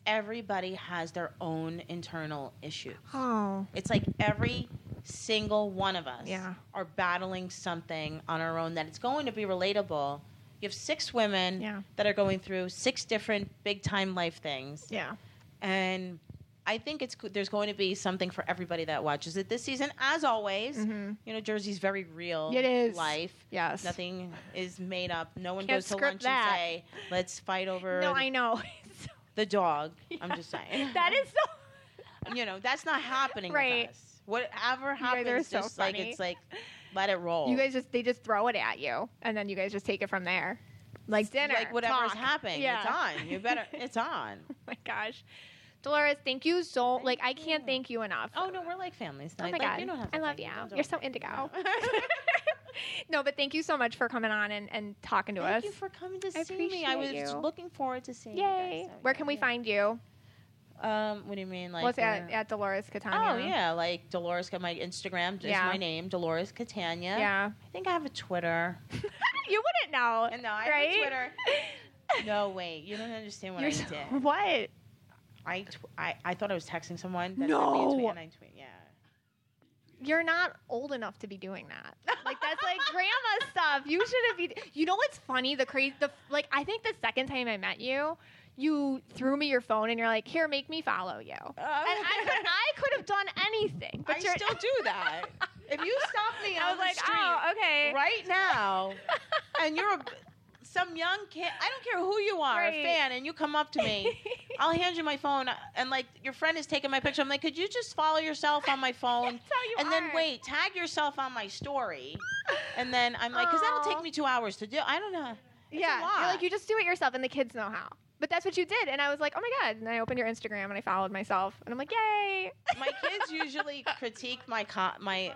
[SPEAKER 3] everybody has their own internal issues
[SPEAKER 1] Oh.
[SPEAKER 3] it's like every single one of us
[SPEAKER 1] Yeah.
[SPEAKER 3] are battling something on our own that it's going to be relatable you have six women
[SPEAKER 1] Yeah.
[SPEAKER 3] that are going through six different big time life things
[SPEAKER 1] Yeah.
[SPEAKER 3] and I think it's go- there's going to be something for everybody that watches it this season. As always, you know Jersey's very real.
[SPEAKER 1] Mm-hmm. It is.
[SPEAKER 3] life.
[SPEAKER 1] Yes.
[SPEAKER 3] nothing is made up. No one
[SPEAKER 1] Can't
[SPEAKER 3] goes to
[SPEAKER 1] script
[SPEAKER 3] lunch
[SPEAKER 1] that.
[SPEAKER 3] and say, "Let's fight over
[SPEAKER 1] No, I know.
[SPEAKER 3] the dog." I'm just saying
[SPEAKER 1] that is so.
[SPEAKER 3] you know that's not happening.
[SPEAKER 1] Right.
[SPEAKER 3] With us. Whatever
[SPEAKER 1] guys are
[SPEAKER 3] happens,
[SPEAKER 1] so
[SPEAKER 3] just like
[SPEAKER 1] funny.
[SPEAKER 3] it's like let it roll.
[SPEAKER 1] You guys just they just throw it at you, and then you guys just take it from there. Like dinner,
[SPEAKER 3] like whatever's
[SPEAKER 1] talk.
[SPEAKER 3] happening,
[SPEAKER 1] Yeah.
[SPEAKER 3] it's on. You better, it's on.
[SPEAKER 1] my gosh, Dolores, thank you so.
[SPEAKER 3] Thank
[SPEAKER 1] like I
[SPEAKER 3] you.
[SPEAKER 1] can't thank you enough.
[SPEAKER 3] Oh no, we're like families.
[SPEAKER 1] Oh my
[SPEAKER 3] like,
[SPEAKER 1] god,
[SPEAKER 3] You don't have to
[SPEAKER 1] I love
[SPEAKER 3] thank me.
[SPEAKER 1] you.
[SPEAKER 3] Don't do
[SPEAKER 1] You're so
[SPEAKER 3] it.
[SPEAKER 1] indigo. no, but thank you so much for coming on and, and talking to
[SPEAKER 3] Thank
[SPEAKER 1] us.
[SPEAKER 3] you for coming to
[SPEAKER 1] I
[SPEAKER 3] see me. I was
[SPEAKER 1] appreciate you.
[SPEAKER 3] looking forward to seeing you
[SPEAKER 1] Yay!
[SPEAKER 3] guys. So,
[SPEAKER 1] Where
[SPEAKER 3] yeah,
[SPEAKER 1] can we
[SPEAKER 3] yeah.
[SPEAKER 1] find you?
[SPEAKER 3] Um, what do you mean, like?
[SPEAKER 1] What's at,
[SPEAKER 3] where-
[SPEAKER 1] at Dolores Catania?
[SPEAKER 3] Oh yeah, like Dolores. got My Instagram is
[SPEAKER 1] Yeah.
[SPEAKER 3] my name, Dolores Catania.
[SPEAKER 1] yeah.
[SPEAKER 3] I think I have a Twitter.
[SPEAKER 1] you wouldn't know.
[SPEAKER 3] And no, I have
[SPEAKER 1] right?
[SPEAKER 3] a Twitter. No, wait, you don't understand what
[SPEAKER 1] You're
[SPEAKER 3] I
[SPEAKER 1] so-
[SPEAKER 3] did.
[SPEAKER 1] what?
[SPEAKER 3] I, tw- I I thought I was texting someone. That
[SPEAKER 1] No.
[SPEAKER 3] sent me a tweet and I tweet. Yeah.
[SPEAKER 1] You're not old enough to be doing that. Like that's like grandma stuff. You shouldn't be. You know what's funny? The crazy. The like. I think the second time I met you, you threw me your phone and you're like, "Here, make me follow you."
[SPEAKER 3] Um,
[SPEAKER 1] And I, and I could have done anything, but
[SPEAKER 3] I
[SPEAKER 1] you're
[SPEAKER 3] still do that. If you stop me on
[SPEAKER 1] I was
[SPEAKER 3] the
[SPEAKER 1] like,
[SPEAKER 3] street
[SPEAKER 1] oh, okay.
[SPEAKER 3] right now, and you're a, some young kid, I don't care who you are,
[SPEAKER 1] Right.
[SPEAKER 3] a fan, and you come up to me, I'll hand you my phone, uh, and like your friend is taking my picture. I'm like, could you just follow yourself on my phone?
[SPEAKER 1] That's how you
[SPEAKER 3] Um, and then
[SPEAKER 1] are.
[SPEAKER 3] wait, tag yourself on my story, and then I'm like, because that'll
[SPEAKER 1] Aw.
[SPEAKER 3] take me two hours to do. I don't know. It's
[SPEAKER 1] yeah,
[SPEAKER 3] a
[SPEAKER 1] you're
[SPEAKER 3] lot.
[SPEAKER 1] like you just do it yourself, and the kids know how. But that's what you did, and I was like, oh my god! And I opened your Instagram and I followed myself, and I'm like, yay!
[SPEAKER 3] my kids usually critique my co- my.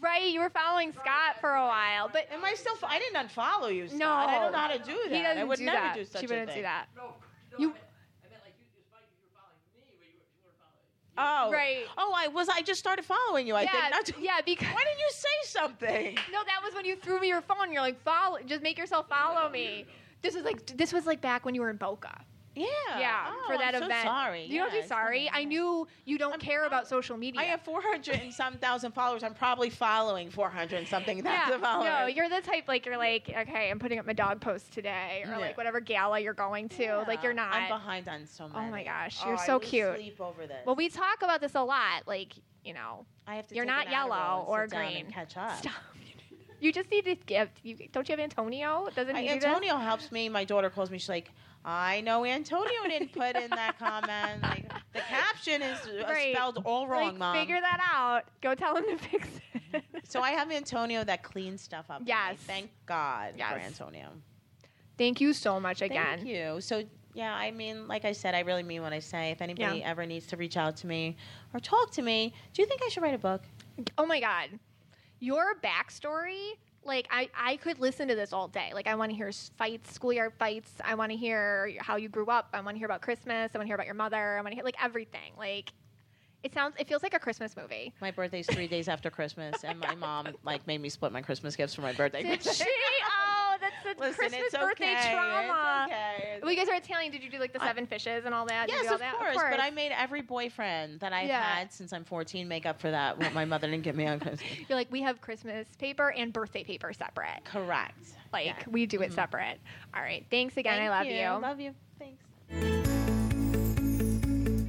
[SPEAKER 1] right, you were following Scott for a while, but
[SPEAKER 3] Am I still? Fo- I didn't unfollow you. Scott.
[SPEAKER 1] No.
[SPEAKER 3] I don't know how to do that.
[SPEAKER 1] he doesn't
[SPEAKER 3] I would
[SPEAKER 1] do
[SPEAKER 3] never
[SPEAKER 1] that.
[SPEAKER 3] do such
[SPEAKER 1] she
[SPEAKER 3] a
[SPEAKER 1] wouldn't
[SPEAKER 3] thing.
[SPEAKER 1] do that.
[SPEAKER 4] No, no
[SPEAKER 1] You-
[SPEAKER 4] I, meant, I meant like you, it was fine if you were following me, but you, were, you weren't following.
[SPEAKER 3] Oh,
[SPEAKER 1] Right.
[SPEAKER 3] Oh, I was. I just started following you. I
[SPEAKER 1] yeah,
[SPEAKER 3] think. Not-
[SPEAKER 1] yeah, because
[SPEAKER 3] Why didn't you say something?
[SPEAKER 1] no, that was when you threw me your phone. You're like, follow, just make yourself follow me. This was like this was like back when you were in Boca.
[SPEAKER 3] Yeah.
[SPEAKER 1] Yeah,
[SPEAKER 3] Oh,
[SPEAKER 1] for that
[SPEAKER 3] I'm so
[SPEAKER 1] event.
[SPEAKER 3] sorry.
[SPEAKER 1] You
[SPEAKER 3] Yeah,
[SPEAKER 1] don't do
[SPEAKER 3] it's
[SPEAKER 1] sorry.
[SPEAKER 3] fine.
[SPEAKER 1] I knew you don't
[SPEAKER 3] I'm-
[SPEAKER 1] care about social media.
[SPEAKER 3] I have 400 and some thousand followers. I'm probably following 400 and something
[SPEAKER 1] yeah,
[SPEAKER 3] thousand followers.
[SPEAKER 1] no, you're the type like you're like, okay, I'm putting up my dog post today, or
[SPEAKER 3] Yeah.
[SPEAKER 1] like whatever gala you're going to. Like you're
[SPEAKER 3] Yeah,
[SPEAKER 1] not.
[SPEAKER 3] I'm behind on so many.
[SPEAKER 1] my gosh,
[SPEAKER 3] Oh,
[SPEAKER 1] you're
[SPEAKER 3] I
[SPEAKER 1] so
[SPEAKER 3] lose
[SPEAKER 1] cute.
[SPEAKER 3] Sleep over this.
[SPEAKER 1] well, we talk about this a lot. Like you know,
[SPEAKER 3] I have to
[SPEAKER 1] you're
[SPEAKER 3] take
[SPEAKER 1] not
[SPEAKER 3] an
[SPEAKER 1] yellow
[SPEAKER 3] Adderall and
[SPEAKER 1] or
[SPEAKER 3] sit down and
[SPEAKER 1] green.
[SPEAKER 3] catch up.
[SPEAKER 1] stop. You just need to give. You, don't you have Antonio? Doesn't
[SPEAKER 3] I-
[SPEAKER 1] he do this?
[SPEAKER 3] Antonio helps me. My daughter calls me. She's like, I know Antonio didn't put in that comment. Like the caption is uh,
[SPEAKER 1] Right.
[SPEAKER 3] spelled all
[SPEAKER 1] like,
[SPEAKER 3] wrong, mom.
[SPEAKER 1] Figure that out. Go tell him to fix it.
[SPEAKER 3] So I have Antonio that cleans stuff up. for me.
[SPEAKER 1] Yes.
[SPEAKER 3] Thank God for
[SPEAKER 1] Yes.
[SPEAKER 3] Antonio.
[SPEAKER 1] Thank you so much again.
[SPEAKER 3] Thank you. So yeah, I mean, like I said, I really mean what I say. If anybody
[SPEAKER 1] Yeah.
[SPEAKER 3] ever needs to reach out to me or talk to me, do you think I should write a book?
[SPEAKER 1] Oh my god, your backstory. Like I, I could listen to this all day. Like I want to hear s- fights, schoolyard fights. I want to hear how you grew up. I want to hear about Christmas. I want to hear about your mother. I want to hear like everything. Like it sounds, it feels like a Christmas movie.
[SPEAKER 3] My birthday's three days after Christmas, and my mom like made me split my Christmas gifts for my birthday.
[SPEAKER 1] Did she? Oh, that's the
[SPEAKER 3] Listen,
[SPEAKER 1] Christmas
[SPEAKER 3] it's
[SPEAKER 1] birthday
[SPEAKER 3] okay. it's
[SPEAKER 1] trauma.
[SPEAKER 3] okay. It's
[SPEAKER 1] Well, you guys are Italian. Did you do like the seven fishes and all that? Did you do
[SPEAKER 3] Yes,
[SPEAKER 1] all
[SPEAKER 3] of
[SPEAKER 1] that?
[SPEAKER 3] course, But I made every boyfriend that I've
[SPEAKER 1] Yeah.
[SPEAKER 3] had since I'm 14 make up for that. What my mother didn't get me on Christmas.
[SPEAKER 1] You're like, we have Christmas paper and birthday paper separate.
[SPEAKER 3] Correct.
[SPEAKER 1] Like,
[SPEAKER 3] Yeah. Mm-hmm.
[SPEAKER 1] we do it separate. All right. Thanks again. I love
[SPEAKER 3] Thank
[SPEAKER 1] you.
[SPEAKER 3] Love you. Thanks.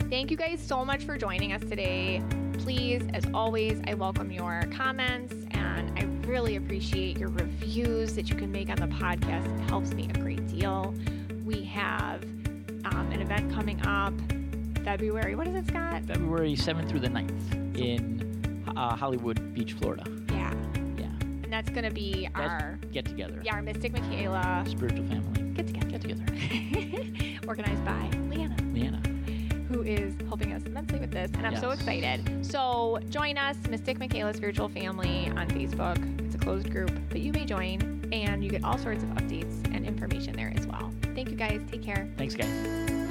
[SPEAKER 1] Thank you guys so much for joining us today. Please, as always, I welcome your comments and I really appreciate your reviews that you can make on the podcast. It helps me a great deal. We have um, an event coming up February. What is it, Scott?
[SPEAKER 2] February 7th through the 9th in uh, Hollywood Beach, Florida.
[SPEAKER 1] Yeah.
[SPEAKER 2] Yeah.
[SPEAKER 1] And that's going to be
[SPEAKER 2] That's
[SPEAKER 1] our
[SPEAKER 2] get together.
[SPEAKER 1] yeah, our Mystic Michaela
[SPEAKER 2] Spiritual family.
[SPEAKER 1] get together.
[SPEAKER 2] Get together.
[SPEAKER 1] Organized by Leanna.
[SPEAKER 2] Leanna.
[SPEAKER 1] who is helping us immensely with this, and I'm so
[SPEAKER 2] Yes.
[SPEAKER 1] excited. So join us, Mystic Michaela Spiritual Family, on Facebook. It's a closed group, but you may join, and you get all sorts of updates and information there as well. Thank you guys. Take care.
[SPEAKER 2] Thanks, guys.